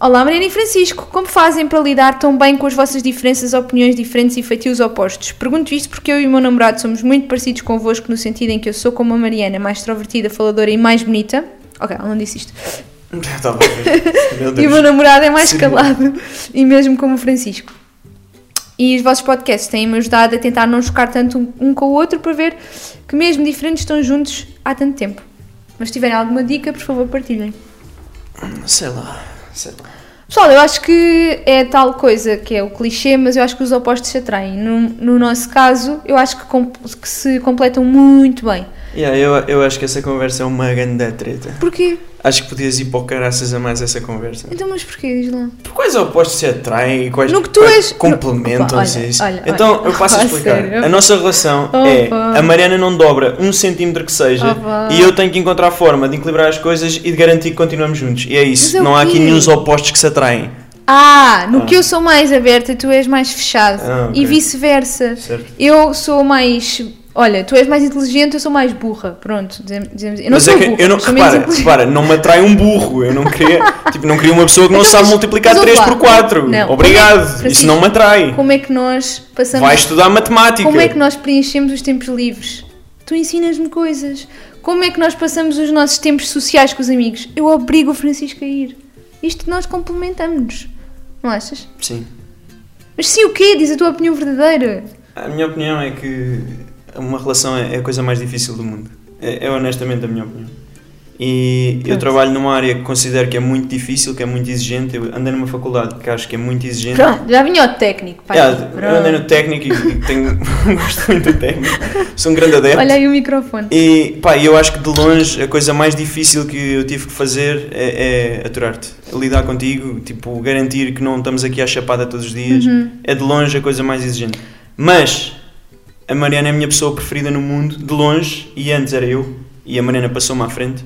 B: Olá, Mariana e Francisco. Como fazem para lidar tão bem com as vossas diferenças, opiniões diferentes e feitios opostos? Pergunto isto porque eu e o meu namorado somos muito parecidos convosco no sentido em que eu sou como a Mariana, mais extrovertida, faladora e mais bonita. Ok, ela não disse isto.
A: Está Tá bem. Meu
B: E o meu
A: Deus.
B: namorado é mais
A: Sim.
B: calado. E mesmo como o Francisco. E os vossos podcasts têm-me ajudado a tentar não chocar tanto um, um com o outro para ver que mesmo diferentes estão juntos há tanto tempo. Mas se tiverem alguma dica, por favor, partilhem.
A: Sei lá. Sei lá.
B: Pessoal, eu acho que é tal coisa que é o clichê, mas eu acho que os opostos se atraem. No, no nosso caso, eu acho que, com- que se completam muito bem.
A: Yeah, eu, eu acho que essa conversa é uma grande treta.
B: Porquê?
A: Acho que podias ir para o caraças a mais essa conversa.
B: Então, mas porquê, diz lá?
A: Por quais opostos se atraem e quais,
B: No que tu
A: quais
B: és- no- Opa,
A: complementam-se
B: olha,
A: isso?
B: olha,
A: Então
B: olha.
A: eu passo a
B: Ah,
A: explicar.
B: sério?
A: A nossa relação
B: Opa.
A: é a Mariana não dobra um centímetro que seja
B: Opa.
A: e eu tenho que encontrar forma de equilibrar as coisas e de garantir que continuamos juntos. E é
B: Mas
A: isso.
B: é o
A: não há aqui
B: quê?
A: nenhum opostos que se atraem.
B: Ah, no
A: Ah.
B: que eu sou mais aberta e tu és mais fechado.
A: Ah, ok.
B: E vice-versa.
A: Certo.
B: Eu sou mais. Olha, tu és mais inteligente, eu sou mais burra. Pronto, dizem- dizemos. Eu não
A: Mas
B: sou
A: é que
B: burra,
A: eu não,
B: sou menos
A: repara,
B: inteligente.
A: repara, não me atrai um burro. Eu não queria, tipo, não queria uma pessoa que não
B: Então,
A: sabe
B: mas-
A: multiplicar
B: mas ouve
A: 3
B: lá.
A: por 4.
B: Não.
A: Obrigado.
B: Francisco,
A: Isso não me atrai.
B: Como é que nós passamos.
A: Vai estudar matemática.
B: Como é que nós preenchemos os tempos livres? Tu ensinas-me coisas. Como é que nós passamos os nossos tempos sociais com os amigos? Eu obrigo o Francisco a ir. Isto nós complementamos-nos. Não achas?
A: Sim.
B: Mas sim, o quê? Diz a tua opinião verdadeira.
A: A minha opinião é que uma relação é é a coisa mais difícil do mundo. É, é honestamente a minha opinião. E eu
B: Pronto.
A: trabalho numa área que considero que é muito difícil, que é muito exigente. Eu andei numa faculdade que acho que é muito exigente.
B: Pronto, já vinha o técnico. Pá,
A: Yeah, É, eu andei no
B: Pronto.
A: técnico e e tenho, um gosto muito do técnico. Sou um grande adepto.
B: Olha aí o microfone.
A: E pá, eu acho que de longe a coisa mais difícil que eu tive que fazer é, é aturar-te, lidar contigo, tipo, garantir que não estamos aqui à chapada todos os dias.
B: Uhum.
A: É de longe a coisa mais exigente. Mas a Mariana é a minha pessoa preferida no mundo, de longe, e antes era eu, e a Mariana passou-me à frente.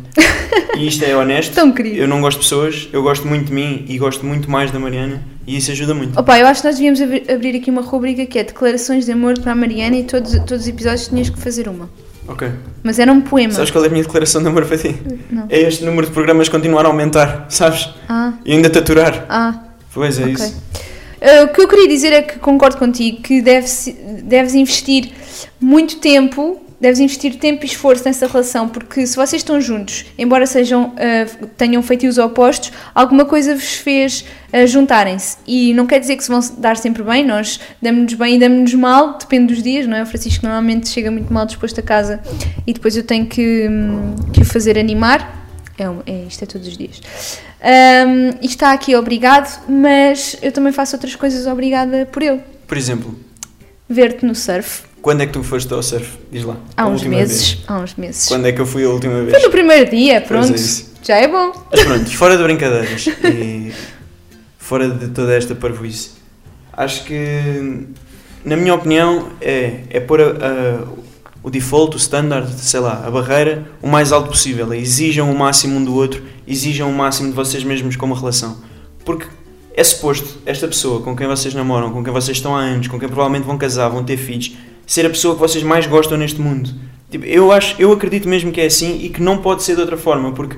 A: e isto é honesto.
B: Tão querido.
A: Eu não gosto de pessoas, eu gosto muito de mim e gosto muito mais da Mariana, e isso ajuda muito.
B: Opa, eu acho que nós devíamos abri- abrir aqui uma rubrica que é Declarações de Amor para a Mariana e todos, todos os episódios tinhas que fazer uma.
A: Ok.
B: Mas era um poema.
A: Sabes qual é a minha declaração de amor para ti?
B: Não.
A: É este número de programas continuar a aumentar, sabes?
B: Ah,
A: E ainda te aturar.
B: ah.
A: Pois é
B: Ok.
A: isso.
B: Uh, o que eu queria dizer é que concordo contigo que deves, deves investir muito tempo, deves investir tempo e esforço nessa relação, porque se vocês estão juntos, embora sejam uh, tenham feitios opostos, alguma coisa vos fez uh, juntarem-se. E não quer dizer que se vão dar sempre bem, nós damos-nos bem e damos-nos mal, depende dos dias, não é? O Francisco normalmente chega muito mal disposto a casa e depois eu tenho que, hum, que o fazer animar. É, um- é, isto é todos os dias. Ahm, e está aqui obrigado, mas eu também faço outras coisas obrigada por ele.
A: Por exemplo,
B: Ver-te no surf
A: quando é que tu foste ao surf? Diz lá.
B: há
A: A
B: uns
A: última
B: meses.
A: vez.
B: Há uns meses.
A: Quando é que eu fui a última
B: Foi
A: vez?
B: no primeiro dia,
A: Pois é
B: pronto.
A: isso.
B: Já é bom.
A: Mas pronto, fora de brincadeiras e fora de toda esta parvoíce, acho que, na minha opinião, é, é pôr a- a- o default, o standard, sei lá, a barreira, o mais alto possível. Exijam o máximo um do outro, exijam o máximo de vocês mesmos como relação. Porque é suposto esta pessoa com quem vocês namoram, com quem vocês estão há anos, com quem provavelmente vão casar, vão ter filhos, ser a pessoa que vocês mais gostam neste mundo. Tipo, eu, acho, eu acredito mesmo que é assim e que não pode ser de outra forma, porque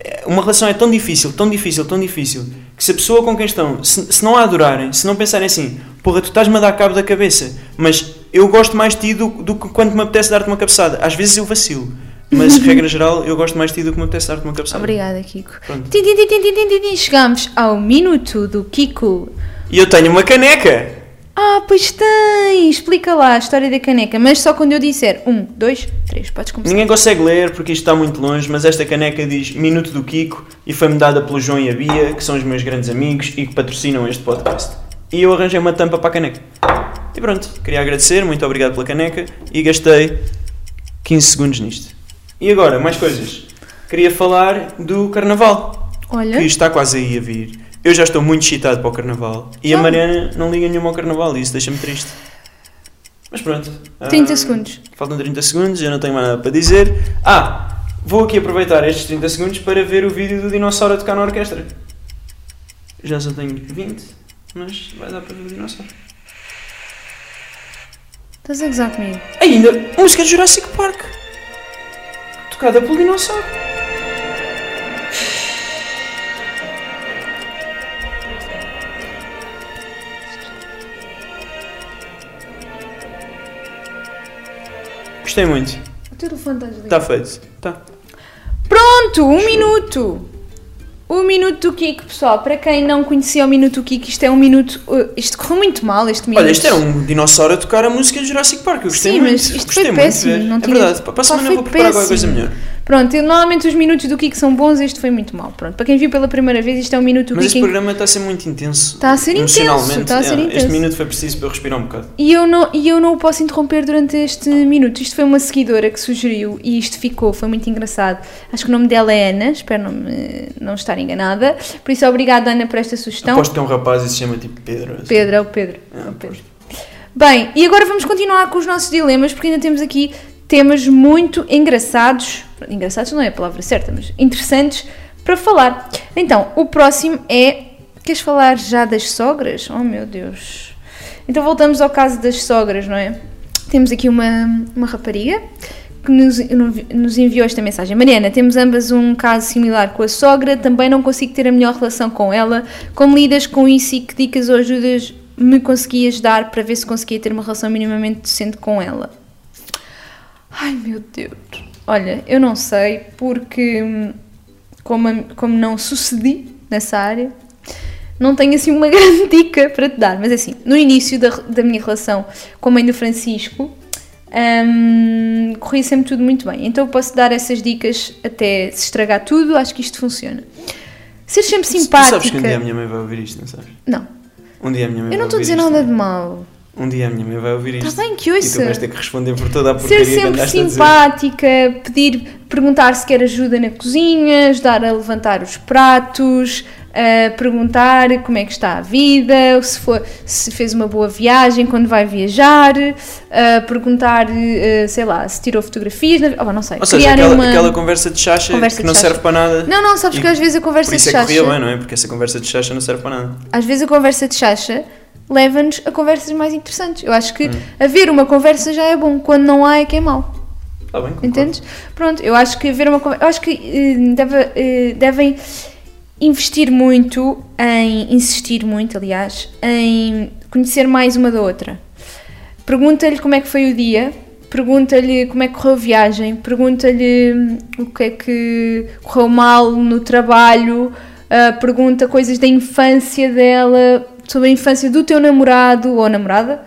A: eh, uma relação é tão difícil, tão difícil, tão difícil, que se a pessoa com quem estão, se, se não a adorarem, se não pensarem assim, porra, tu estás-me a dar cabo da cabeça, mas eu gosto mais de ti do, do que quando me apetece dar-te uma cabeçada. Às vezes eu vacilo, mas regra geral, eu gosto mais de ti do que me apetece dar-te uma cabeçada.
B: Obrigada, Kiko.
A: Pronto.
B: Tim, tim, tim, tim, tim, tim, tim, tim. Chegamos ao minuto do Kiko.
A: E eu tenho uma caneca!
B: Ah, pois tem! Explica lá a história da caneca, mas só quando eu disser um, dois, três, podes começar.
A: Ninguém consegue ler porque isto está muito longe, mas esta caneca diz Minuto do Kiko e foi-me dada pelo João e a Bia, que são os meus grandes amigos e que patrocinam este podcast. E eu arranjei uma tampa para a caneca. E pronto, queria agradecer, muito obrigado pela caneca e gastei 15 segundos nisto. E agora, mais coisas. Queria falar do Carnaval,
B: Olha,
A: que está quase aí a vir. Eu já estou muito excitado para o Carnaval e a
B: Ah.
A: Mariana não liga nenhuma ao Carnaval e isso deixa-me triste. Mas pronto.
B: 30
A: ah,
B: segundos.
A: Faltam 30 segundos, eu não tenho mais nada para dizer. Ah, vou aqui aproveitar estes 30 segundos para ver o vídeo do dinossauro a tocar na orquestra. Já só tenho 20, mas vai dar para ver o dinossauro.
B: Estás a gozar comigo.
A: Ainda música de Jurassic Park. Tocada pelo dinossauro. Gostei muito.
B: O teu telefone está desligado.
A: Está feito. Tá.
B: Pronto, um minuto! O minuto do Kiko, pessoal. Para quem não conhecia o minuto do Kiko, isto é um minuto. uh, Isto correu muito mal, este minuto.
A: Olha, isto era um dinossauro a tocar a música de Jurassic Park. Eu gostei
B: Sim,
A: muito.
B: mas isto
A: gostei
B: foi
A: muito de
B: péssimo,
A: ver.
B: não
A: é
B: tinha-
A: verdade. Para a
B: Pá,
A: semana
B: foi
A: vou preparar alguma coisa
B: péssimo.
A: melhor.
B: Pronto, eu- normalmente os minutos do Kiko são bons, este foi muito mal. Pronto, para quem viu pela primeira vez, isto é um minuto do
A: Mas este
B: Kiko. em-
A: programa está a ser muito intenso.
B: Está a ser intenso,
A: emocionalmente.
B: está a ser
A: É,
B: intenso.
A: Este minuto foi preciso para eu respirar um bocado.
B: E eu, não, e eu não o posso interromper durante este minuto. Isto foi uma seguidora que sugeriu e isto ficou, foi muito engraçado. Acho que o nome dela é Ana, espero não, me- não estar enganada. Por isso, obrigada, Ana, por esta sugestão.
A: Aposto que é um rapaz e se chama tipo Pedro. assim.
B: Então- Pedro, é o Pedro.
A: É,
B: é o Pedro.
A: aposto.
B: Bem, e agora vamos continuar com os nossos dilemas, porque ainda temos aqui temas muito engraçados. Engraçados não é a palavra certa, mas interessantes para falar. Então, o próximo é. Queres falar já das sogras? Oh meu Deus. Então voltamos ao caso das sogras, não é? Temos aqui uma, uma rapariga que nos, nos enviou esta mensagem. Mariana, temos ambas um caso similar com a sogra, também não consigo ter a melhor relação com ela. Como lidas com isso e que dicas ou ajudas me conseguias dar para ver se conseguia ter uma relação minimamente decente com ela? Ai meu Deus. Olha, eu não sei porque hum, como, a- como não sucedi nessa área, não tenho assim uma grande dica para te dar. Mas assim, no início da, re- da minha relação com a mãe do Francisco, hum, corria sempre tudo muito bem. Então eu posso dar essas dicas até se estragar tudo, acho que isto funciona. Ser sempre
A: Tu sabes que um dia a
B: simpática.
A: minha mãe vai ouvir isto, não sabes?
B: Não,
A: Um dia a minha mãe vai
B: eu não estou
A: ouvir
B: a dizer
A: isto,
B: nada
A: não
B: de mal.
A: é? Um dia a minha mãe vai ouvir isto.
B: Está bem que
A: E tu vais
B: ouça.
A: ter que responder por toda a
B: Ser
A: porcaria que
B: sempre
A: andaste a dizer.
B: simpática, pedir, perguntar se quer ajuda na cozinha, ajudar a levantar os pratos, ah, perguntar como é que está a vida, se, foi- se fez uma boa viagem, quando vai viajar, ah, perguntar, ah, sei lá, se tirou fotografias, na- oh, não sei,
A: Ou seja,
B: criar
A: aquela,
B: uma...
A: aquela conversa de chacha
B: Conversa
A: que
B: de
A: não
B: chacha.
A: serve para nada.
B: Não, não, sabes
A: E
B: que às vezes a
A: Por
B: conversa de
A: isso é que
B: chacha...
A: corria bem, não é? Porque essa conversa de chacha não serve para nada.
B: às vezes a conversa de chacha leva-nos a conversas mais interessantes. Eu acho que
A: Hum.
B: haver uma conversa já é bom, quando não há é que é mau.
A: Está Tá bem, concordo.
B: Entendes? Pronto, eu acho que ver uma conver- eu acho que eh, deve, eh, devem investir muito em insistir muito, aliás, em conhecer mais uma da outra. Pergunta-lhe como é que foi o dia, pergunta-lhe como é que correu a viagem, pergunta-lhe hum, o que é que correu mal no trabalho, ah, pergunta coisas da infância dela, sobre a infância do teu namorado ou namorada.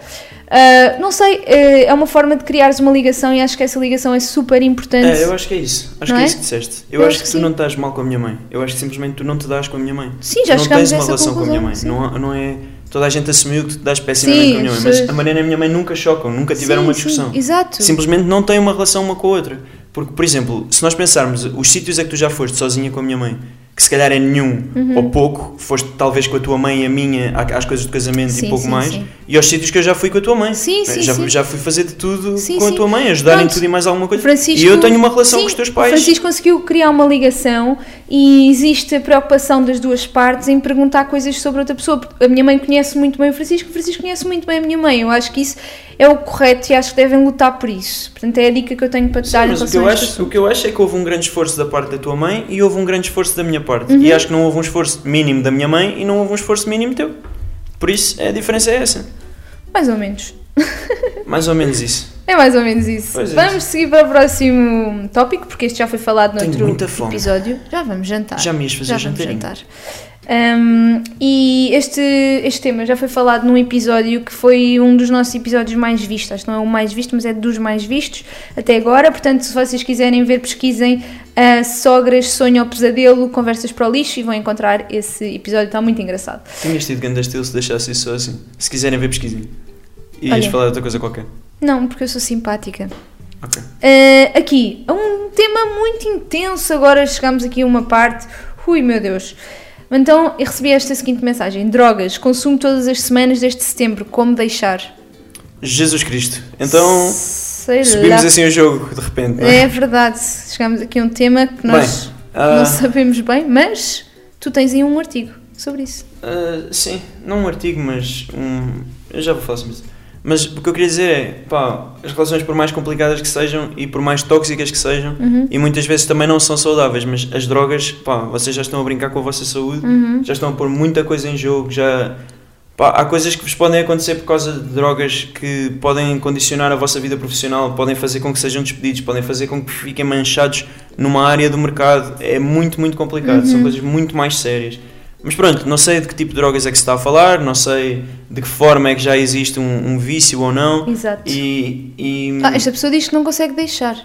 B: Ah, não sei, eh, é uma forma de criares uma ligação e acho que essa ligação é super importante.
A: É, eu acho que é isso. Acho
B: Não
A: que é
B: é?
A: isso que disseste. Eu, acho que, tu
B: sim.
A: não estás mal com a minha mãe. Eu acho que simplesmente tu não te dás com a minha mãe.
B: Sim, já
A: não
B: chegámos
A: tens uma
B: a essa
A: relação com a minha mãe.
B: conclusão,
A: Não, não é. Toda a gente assumiu que tu te dás pessimamente
B: Sim,
A: com a minha mãe.
B: as
A: Mas
B: pessoas-
A: a Mariana e a minha mãe nunca chocam, nunca tiveram
B: Sim,
A: uma
B: sim,
A: discussão.
B: exato.
A: Simplesmente não é têm uma relação uma com a outra. Porque, por exemplo, se nós pensarmos os sítios a que tu já foste sozinha com a minha mãe que se calhar é nenhum
B: Uhum.
A: ou pouco, foste talvez com a tua mãe e a minha à- às coisas de casamento
B: Sim,
A: e pouco
B: sim,
A: mais,
B: sim.
A: e aos sítios que eu já fui com a tua mãe. Eh,
B: Sim, sim,
A: já,
B: sim.
A: já fui fazer de tudo
B: Sim,
A: com
B: sim.
A: a tua mãe, ajudar em
B: Pronto.
A: tudo e mais alguma
B: O
A: coisa.
B: Francisco,
A: e eu tenho uma relação
B: sim,
A: com os teus
B: O
A: pais.
B: Francisco conseguiu criar uma ligação e existe a preocupação das duas partes em perguntar coisas sobre outra pessoa. porque A minha mãe conhece muito bem o Francisco, o Francisco conhece muito bem a minha mãe. Eu acho que isso é o correto e acho que devem lutar por isso. Portanto, é a dica que eu tenho para te dar em
A: Mas o que,
B: relação
A: eu
B: a este
A: acho, o que eu acho é que houve um grande esforço da parte da tua mãe e houve um grande esforço da minha parte. E
B: Uhum.
A: acho que não houve um esforço mínimo da minha mãe e não houve um esforço mínimo teu. Por isso, a diferença é essa.
B: assunto. Mais ou menos.
A: Mais ou menos isso.
B: É mais ou menos isso.
A: Pois é.
B: vamos seguir para o próximo tópico, porque este já foi falado
A: Tenho
B: noutro
A: muita fome.
B: episódio. Já vamos jantar.
A: Já me ias fazer
B: já vamos
A: jantarinho.
B: jantar. Hum, e este, este tema já foi falado num episódio que foi um dos nossos episódios mais vistos. Acho que não é o mais visto, mas é dos mais vistos até agora. Portanto, se vocês quiserem ver, pesquisem ah, Sogras, Sonho ou Pesadelo, Conversas para o Lixo e vão encontrar esse episódio. Está muito engraçado.
A: Tinhas tido grande estilo se deixasse isso só assim. Se quiserem ver, pesquisem. E ias
B: Olha.
A: falar de outra coisa qualquer.
B: Não, porque eu sou simpática.
A: Ok.
B: Uh, aqui, um tema muito intenso. Agora chegamos aqui a uma parte. Ui, meu Deus. Então, eu recebi esta seguinte mensagem: Drogas, consumo todas as semanas desde setembro. Como deixar?
A: Jesus Cristo. Então,
B: Sei lá.
A: subimos assim o jogo, de repente. não é?
B: É verdade. Chegamos aqui a um tema que nós
A: Bem, ah,
B: não sabemos bem, mas tu tens aí um artigo sobre isso.
A: ah, sim, não um artigo, mas um. Eu já vou falar sobre isso. Mas o que eu queria dizer é, pá, as relações, por mais complicadas que sejam e por mais tóxicas que sejam,
B: Uhum.
A: e muitas vezes também não são saudáveis, mas as drogas, pá, vocês já estão a brincar com a vossa saúde,
B: Uhum.
A: já estão a pôr muita coisa em jogo, já pá, há coisas que vos podem acontecer por causa de drogas que podem condicionar a vossa vida profissional, podem fazer com que sejam despedidos, podem fazer com que fiquem manchados numa área do mercado. É muito, muito complicado,
B: Uhum.
A: são coisas muito mais sérias. Mas pronto, não sei de que tipo de drogas é que se está a falar, não sei de que forma é que já existe um, um vício ou não.
B: Exato.
A: E, e-
B: Ah, esta pessoa diz que não consegue deixar.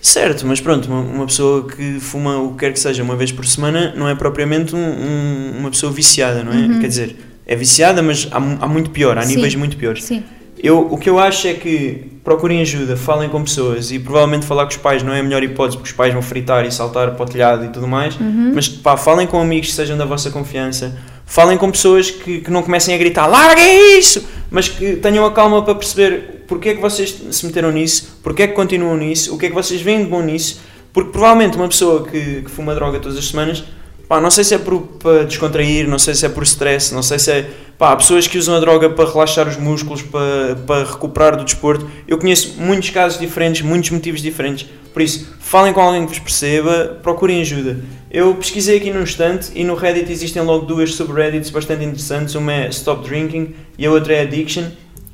A: Certo, mas pronto, uma, uma pessoa que fuma o que quer que seja uma vez por semana não é propriamente um- um- uma pessoa viciada, não é? Quer dizer, é viciada, mas há, mu- há muito pior, há
B: Sim.
A: níveis muito piores.
B: Sim.
A: Eu, o que eu acho é que procurem ajuda, falem com pessoas e provavelmente falar com os pais não é a melhor hipótese porque os pais vão fritar e saltar para o telhado e tudo mais, mas pá, falem com amigos que sejam da vossa confiança, falem com pessoas que, que não comecem a gritar larga isso, mas que tenham a calma para perceber porque é que vocês se meteram nisso, porque é que continuam nisso, o que é que vocês veem de bom nisso, porque provavelmente uma pessoa que, que fuma droga todas as semanas Pá, não sei se é por, para descontrair, não sei se é por stress, não sei se é. Pá, há pessoas que usam a droga para relaxar os músculos, para, para recuperar do desporto. Eu conheço muitos casos diferentes, muitos motivos diferentes. Por isso, falem com alguém que vos perceba, procurem ajuda. Eu pesquisei aqui num instante e no Reddit existem logo duas subreddits bastante interessantes: uma é Stop Drinking e a outra é Addiction.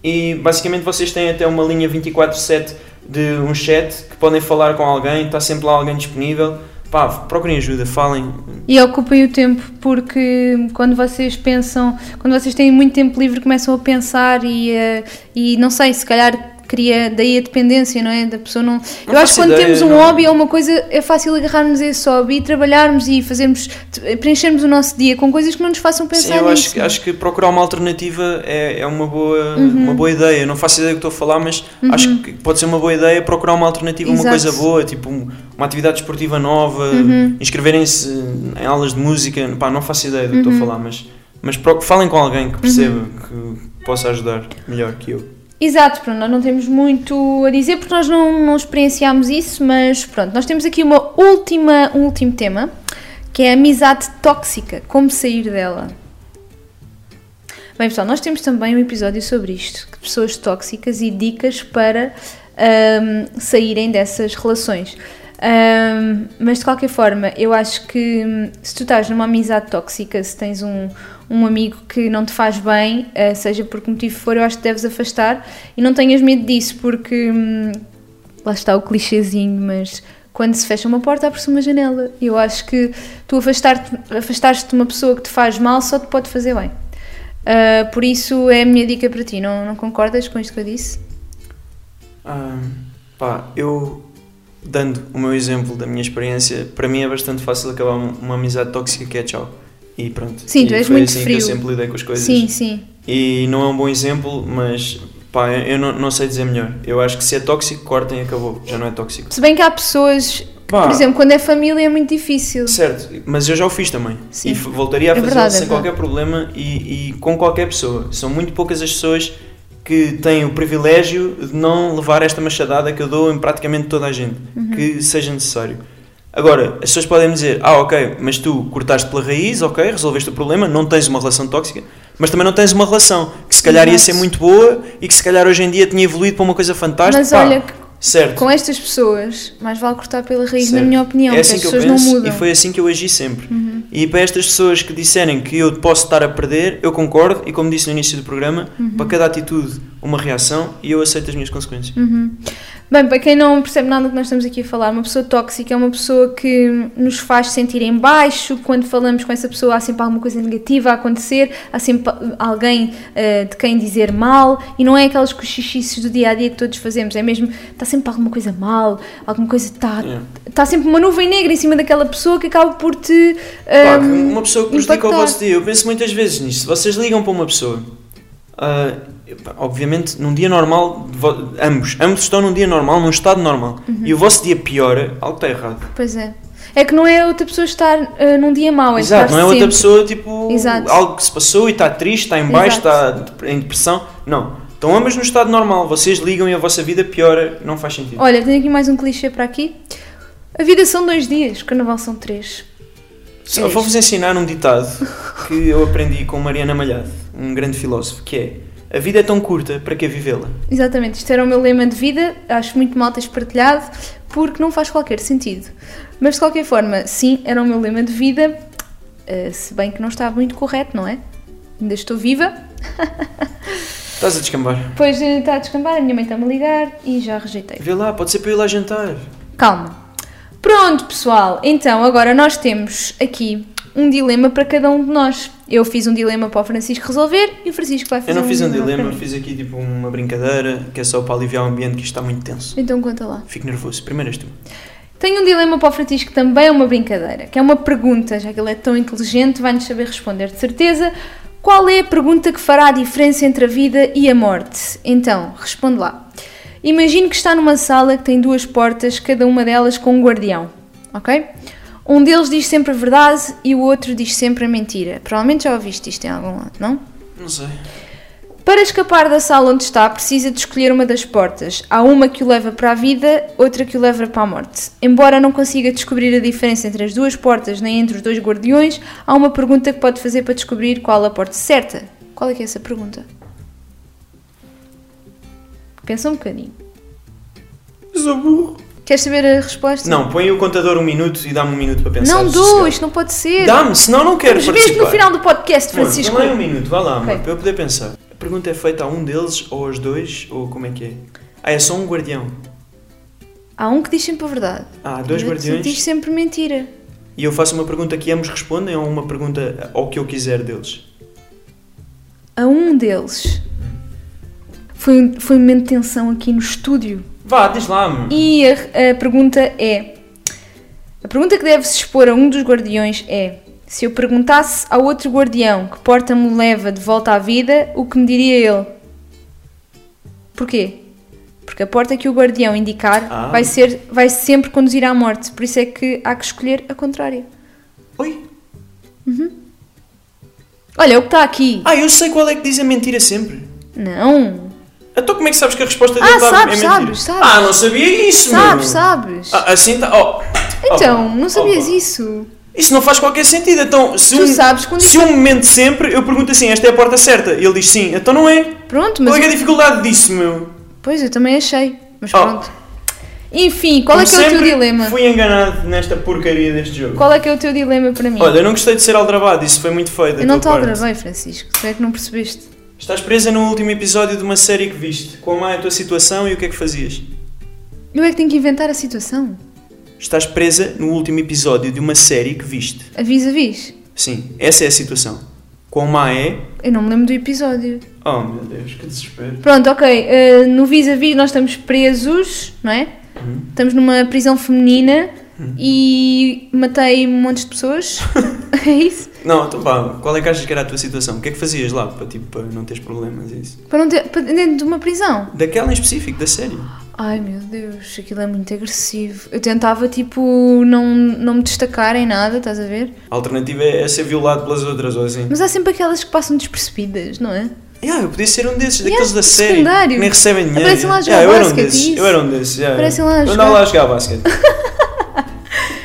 A: E basicamente vocês têm até uma linha 24-7 de um chat que podem falar com alguém, está sempre lá alguém disponível. Pá, procurem ajuda, falem,
B: E ocupem o tempo, porque quando vocês pensam, quando vocês têm muito tempo livre, começam a pensar e, eh, e não sei, se calhar cria daí a dependência, não é? Da pessoa não. Eu
A: faço
B: acho que quando
A: ideia,
B: temos um
A: não.
B: hobby ou uma coisa, é fácil agarrarmos esse hobby e trabalharmos e fazermos, preenchermos o nosso dia com coisas que não nos façam pensar
A: Sim, eu
B: nisso.
A: acho, que- acho que procurar uma alternativa é, é uma, boa,
B: Uhum.
A: uma boa ideia. Não faço ideia do que estou a falar, mas acho que pode ser uma boa ideia procurar uma alternativa,
B: Exato. Uhum.
A: uma coisa boa, tipo um- uma atividade desportiva nova, inscreverem-se em aulas de música. Pá, não faço ideia do que estou a
B: Uhum.
A: falar, mas, mas pro- falem com alguém que perceba, que possa ajudar melhor que eu.
B: Exato, pronto, nós não temos muito a dizer porque nós não, não experienciámos isso, mas pronto, nós temos aqui uma última, um último tema que é a amizade tóxica, como sair dela. Bem pessoal, nós temos também um episódio sobre isto, de pessoas tóxicas e dicas para ahm, saírem dessas relações. Ahm, mas de qualquer forma, eu acho que hum, se tu estás numa amizade tóxica, se tens um, um amigo que não te faz bem, ah, seja por que motivo for, eu acho que deves afastar e não tenhas medo disso, porque hum, lá está o clichêzinho, mas quando se fecha uma porta, abre-se uma janela. Eu acho que tu afastar-te afastar de uma pessoa que te faz mal só te pode fazer bem. Ah, por isso é a minha dica para ti. Não, não concordas com isto que eu disse?
A: Ah, pá, eu dando o meu exemplo da minha experiência, para mim é bastante fácil acabar uma, uma amizade tóxica que é tchau. E pronto.
B: Sim,
A: e
B: tu és
A: foi
B: muito
A: assim
B: frio.
A: que eu sempre lidei com as coisas.
B: Sim, sim.
A: E não é um bom exemplo, mas pá, eu não, não sei dizer melhor. Eu acho que se é tóxico, cortem e acabou. Já não é tóxico.
B: Se bem que há pessoas
A: Pá,
B: Por exemplo, quando é família é muito difícil.
A: Certo, mas eu já o fiz também.
B: Sim.
A: E f- voltaria a
B: É
A: fazer
B: verdade,
A: sem
B: é verdade.
A: qualquer problema e, e com qualquer pessoa. São muito poucas as pessoas que têm o privilégio de não levar esta machadada que eu dou em praticamente toda a gente,
B: Uhum.
A: que seja necessário. Agora, as pessoas podem dizer, ah, ok, mas tu cortaste pela raiz, ok, resolveste o problema, não tens uma relação tóxica, mas também não tens uma relação que se calhar ia
B: Exato.
A: ser muito boa e que se calhar hoje em dia tinha evoluído para uma coisa fantástica.
B: Mas
A: Pá,
B: olha, que
A: certo.
B: com estas pessoas, mais vale cortar pela raiz,
A: Certo.
B: na minha opinião,
A: é
B: porque
A: assim
B: as
A: que eu
B: pessoas
A: penso
B: não mudam. Uhum.
A: e foi assim que eu agi sempre. E para estas pessoas que disserem que eu posso estar a perder, eu concordo e como disse no início do programa,
B: Uhum.
A: para cada atitude uma reação e eu aceito as minhas consequências.
B: Uhum. Bem, para quem não percebe nada do que nós estamos aqui a falar, uma pessoa tóxica é uma pessoa que nos faz sentir em baixo, quando falamos com essa pessoa há sempre alguma coisa negativa a acontecer, há sempre alguém eh, de quem dizer mal, e não é aqueles cochichices do dia a dia que todos fazemos, é mesmo, está sempre alguma coisa mal, alguma coisa está...
A: Yeah.
B: Está sempre uma nuvem negra em cima daquela pessoa que acaba por te...
A: Pá, que
B: ehm,
A: uma pessoa que prejudica o
B: impactar.
A: vosso dia, eu penso muitas vezes nisso. Vocês ligam para uma pessoa, ah, pá, obviamente num dia normal, vo- ambos, ambos estão num dia normal, num estado normal,
B: Uhum.
A: e o vosso dia piora, algo está errado.
B: Pois é. É que não é outra pessoa estar eh, num dia mau, é
A: Exato,
B: estar
A: não é outra
B: sempre.
A: pessoa, tipo,
B: Exato.
A: algo que se passou e está triste, está em baixo, está dep- em depressão. Não. Estão ambas no estado normal, vocês ligam e a vossa vida piora, não faz sentido.
B: Olha, tenho aqui mais um clichê para aqui. A vida são dois dias, carnaval são três.
A: Só Vou-vos ensinar um ditado que eu aprendi com Mariana Malhado, um grande filósofo, que é A vida é tão curta, para que vivê-la?
B: Exatamente, isto era o meu lema de vida, acho muito mal teres partilhado, porque não faz qualquer sentido. Mas de qualquer forma, sim, era o meu lema de vida, eh, se bem que não está muito correto, não é? Ainda estou viva.
A: Estás a descambar.
B: Depois eh, está a descambar, a minha mãe está-me a ligar e já rejeitei.
A: Vê lá, pode ser para eu ir lá jantar.
B: Calma. Pronto, pessoal. Então, agora nós temos aqui um dilema para cada um de nós. Eu fiz um dilema para o Francisco resolver e o Francisco vai fazer
A: Eu não fiz um dilema,
B: é para mim.
A: fiz aqui tipo uma brincadeira que é só para aliviar o ambiente que isto está muito tenso.
B: Então conta lá.
A: Fico nervoso. Primeiro és tu.
B: Tenho um dilema para o Francisco que também é uma brincadeira, que é uma pergunta, já que ele é tão inteligente, vai-nos saber responder de certeza. Qual é a pergunta que fará a diferença entre a vida e a morte? Então, responde lá. Imagino que está numa sala que tem duas portas, cada uma delas com um guardião, ok? Um deles diz sempre a verdade e o outro diz sempre a mentira. Provavelmente já ouviste isto em algum lado, não?
A: Não sei.
B: Para escapar da sala onde está, precisa de escolher uma das portas. Há uma que o leva para a vida, outra que o leva para a morte. Embora não consiga descobrir a diferença entre as duas portas nem entre os dois guardiões, há uma pergunta que pode fazer para descobrir qual a porta certa. Qual é que é essa pergunta? Pensa um bocadinho.
A: Eu sou burro.
B: Queres saber a resposta?
A: Não, põe o contador um minuto e dá-me um minuto para pensar.
B: Não dou,
A: sossegado.
B: isto não pode ser.
A: Dá-me, senão não quero
B: Mas vês
A: participar.
B: no final do podcast, Francisco.
A: Mano, dá-me aí um minuto, vá lá, amor,
B: Ok.
A: para eu poder pensar. A pergunta é feita a um deles, ou aos dois, ou como é que é? Ah, é só um guardião.
B: Há um que diz sempre a verdade.
A: Ah, há dois
B: e o outro
A: guardiões.
B: diz sempre mentira.
A: E eu faço uma pergunta que ambos respondem, ou uma pergunta ao que eu quiser deles.
B: a um deles. Foi, um- foi um momento de tensão aqui no estúdio.
A: Vá, diz lá, amor.
B: E a, a pergunta é: A pergunta que deve-se expor a um dos guardiões é: Se eu perguntasse ao outro guardião que porta me leva de volta à vida, o que me diria ele? Porquê? Porque a porta que o guardião indicar
A: Ah.
B: vai, ser, vai sempre conduzir à morte, por isso é que há que escolher a contrária.
A: Oi?
B: Olha, é o que está aqui.
A: Ah, eu sei qual é que diz a mentira sempre.
B: Não.
A: Então como é que sabes que a resposta
B: Ah,
A: dele tá-
B: sabes,
A: é mentira?
B: sabes, sabes.
A: Ah, não sabia isso,
B: Sabes,
A: meu.
B: sabes.
A: Ah, assim tá... Oh.
B: Então,
A: Opa,
B: não sabias
A: opa.
B: isso?
A: Isso não faz qualquer sentido. Então, se,
B: Tu
A: um,
B: sabes quando
A: se um momento sempre, eu pergunto assim, esta é a porta certa? E ele diz sim, então não é.
B: Pronto, mas.
A: Qual é que é a dificuldade disso, meu?
B: Pois, eu também achei. Mas
A: Oh.
B: pronto. Enfim, qual é que
A: Como
B: é o teu
A: sempre,
B: dilema?
A: Fui enganado nesta porcaria deste jogo.
B: Qual é que é o teu dilema para mim?
A: Olha, eu não gostei de ser aldrabado, isso foi muito feio da
B: eu não te
A: tua parte.
B: aldrabei, Francisco. Tu é que não percebeste?
A: Estás presa no último episódio de uma série que viste. Qual é a tua situação e o que é que fazias?
B: Eu é que tenho que inventar a situação.
A: Estás presa no último episódio de uma série que viste.
B: Avis, avis.
A: Sim, essa é a situação. Quão má é?
B: Eu não me lembro do episódio.
A: Oh meu Deus, que desespero.
B: Pronto, ok. eh, no vis a vis nós estamos presos, não é?
A: Hum.
B: Estamos numa prisão feminina e matei montes de um pessoas. É isso?
A: Não, então pá, qual é que achas que era a tua situação? O que é que fazias lá para, tipo, para não teres problemas e isso?
B: Para não ter, para dentro de uma prisão?
A: Daquela em específico, da série.
B: Ai meu Deus, aquilo é muito agressivo. Eu tentava, tipo, não, não me destacar em nada, estás a ver?
A: A alternativa é, é ser violado pelas outras ou assim.
B: Mas há sempre aquelas que passam despercebidas, não é?
A: Yeah, eu podia ser um desses,
B: Yeah,
A: daqueles da
B: de
A: série.
B: secundário.
A: que Nem recebem dinheiro.
B: Aparecem lá a jogar
A: yeah, eu era um
B: basquete,
A: desses.
B: isso.
A: Eu era um desses. Yeah,
B: Aparecem lá a
A: eu
B: jogar.
A: andava lá a jogar basquete.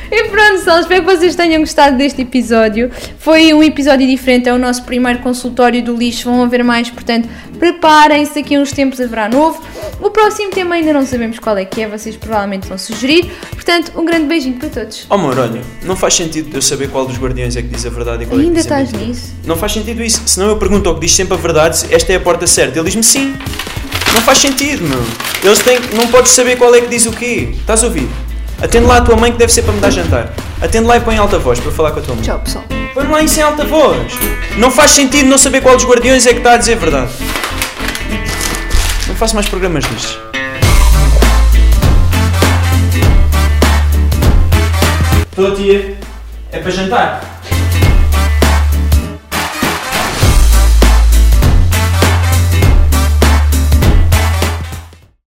B: E pronto, pessoal, espero que vocês tenham gostado deste episódio. Foi um episódio diferente, é o nosso primeiro consultório do lixo. Vão haver mais, portanto, preparem-se. Daqui a uns tempos haverá novo. O próximo tema ainda não sabemos qual é que é, vocês provavelmente vão sugerir. Portanto, um grande beijinho para todos.
A: Oh, amor, olha, não faz sentido eu saber qual dos guardiões é que diz a verdade e qual
B: Ainda
A: é que diz a
B: estás
A: mentira.
B: nisso?
A: Não faz sentido isso. Senão eu pergunto ao que diz sempre a verdade se esta é a porta certa. Ele diz-me sim. Não faz sentido, meu. Eles têm. Não podes saber qual é que diz o quê. Estás a ouvir? Atende lá a tua mãe que deve ser para me dar jantar. Atende lá e põe em alta voz para eu falar com a tua mãe.
B: Tchau, pessoal.
A: Põe-me lá isso em alta voz. Não faz sentido não saber qual dos guardiões é que está a dizer a verdade. Não faço mais programas destes. Estou, tia. É para jantar.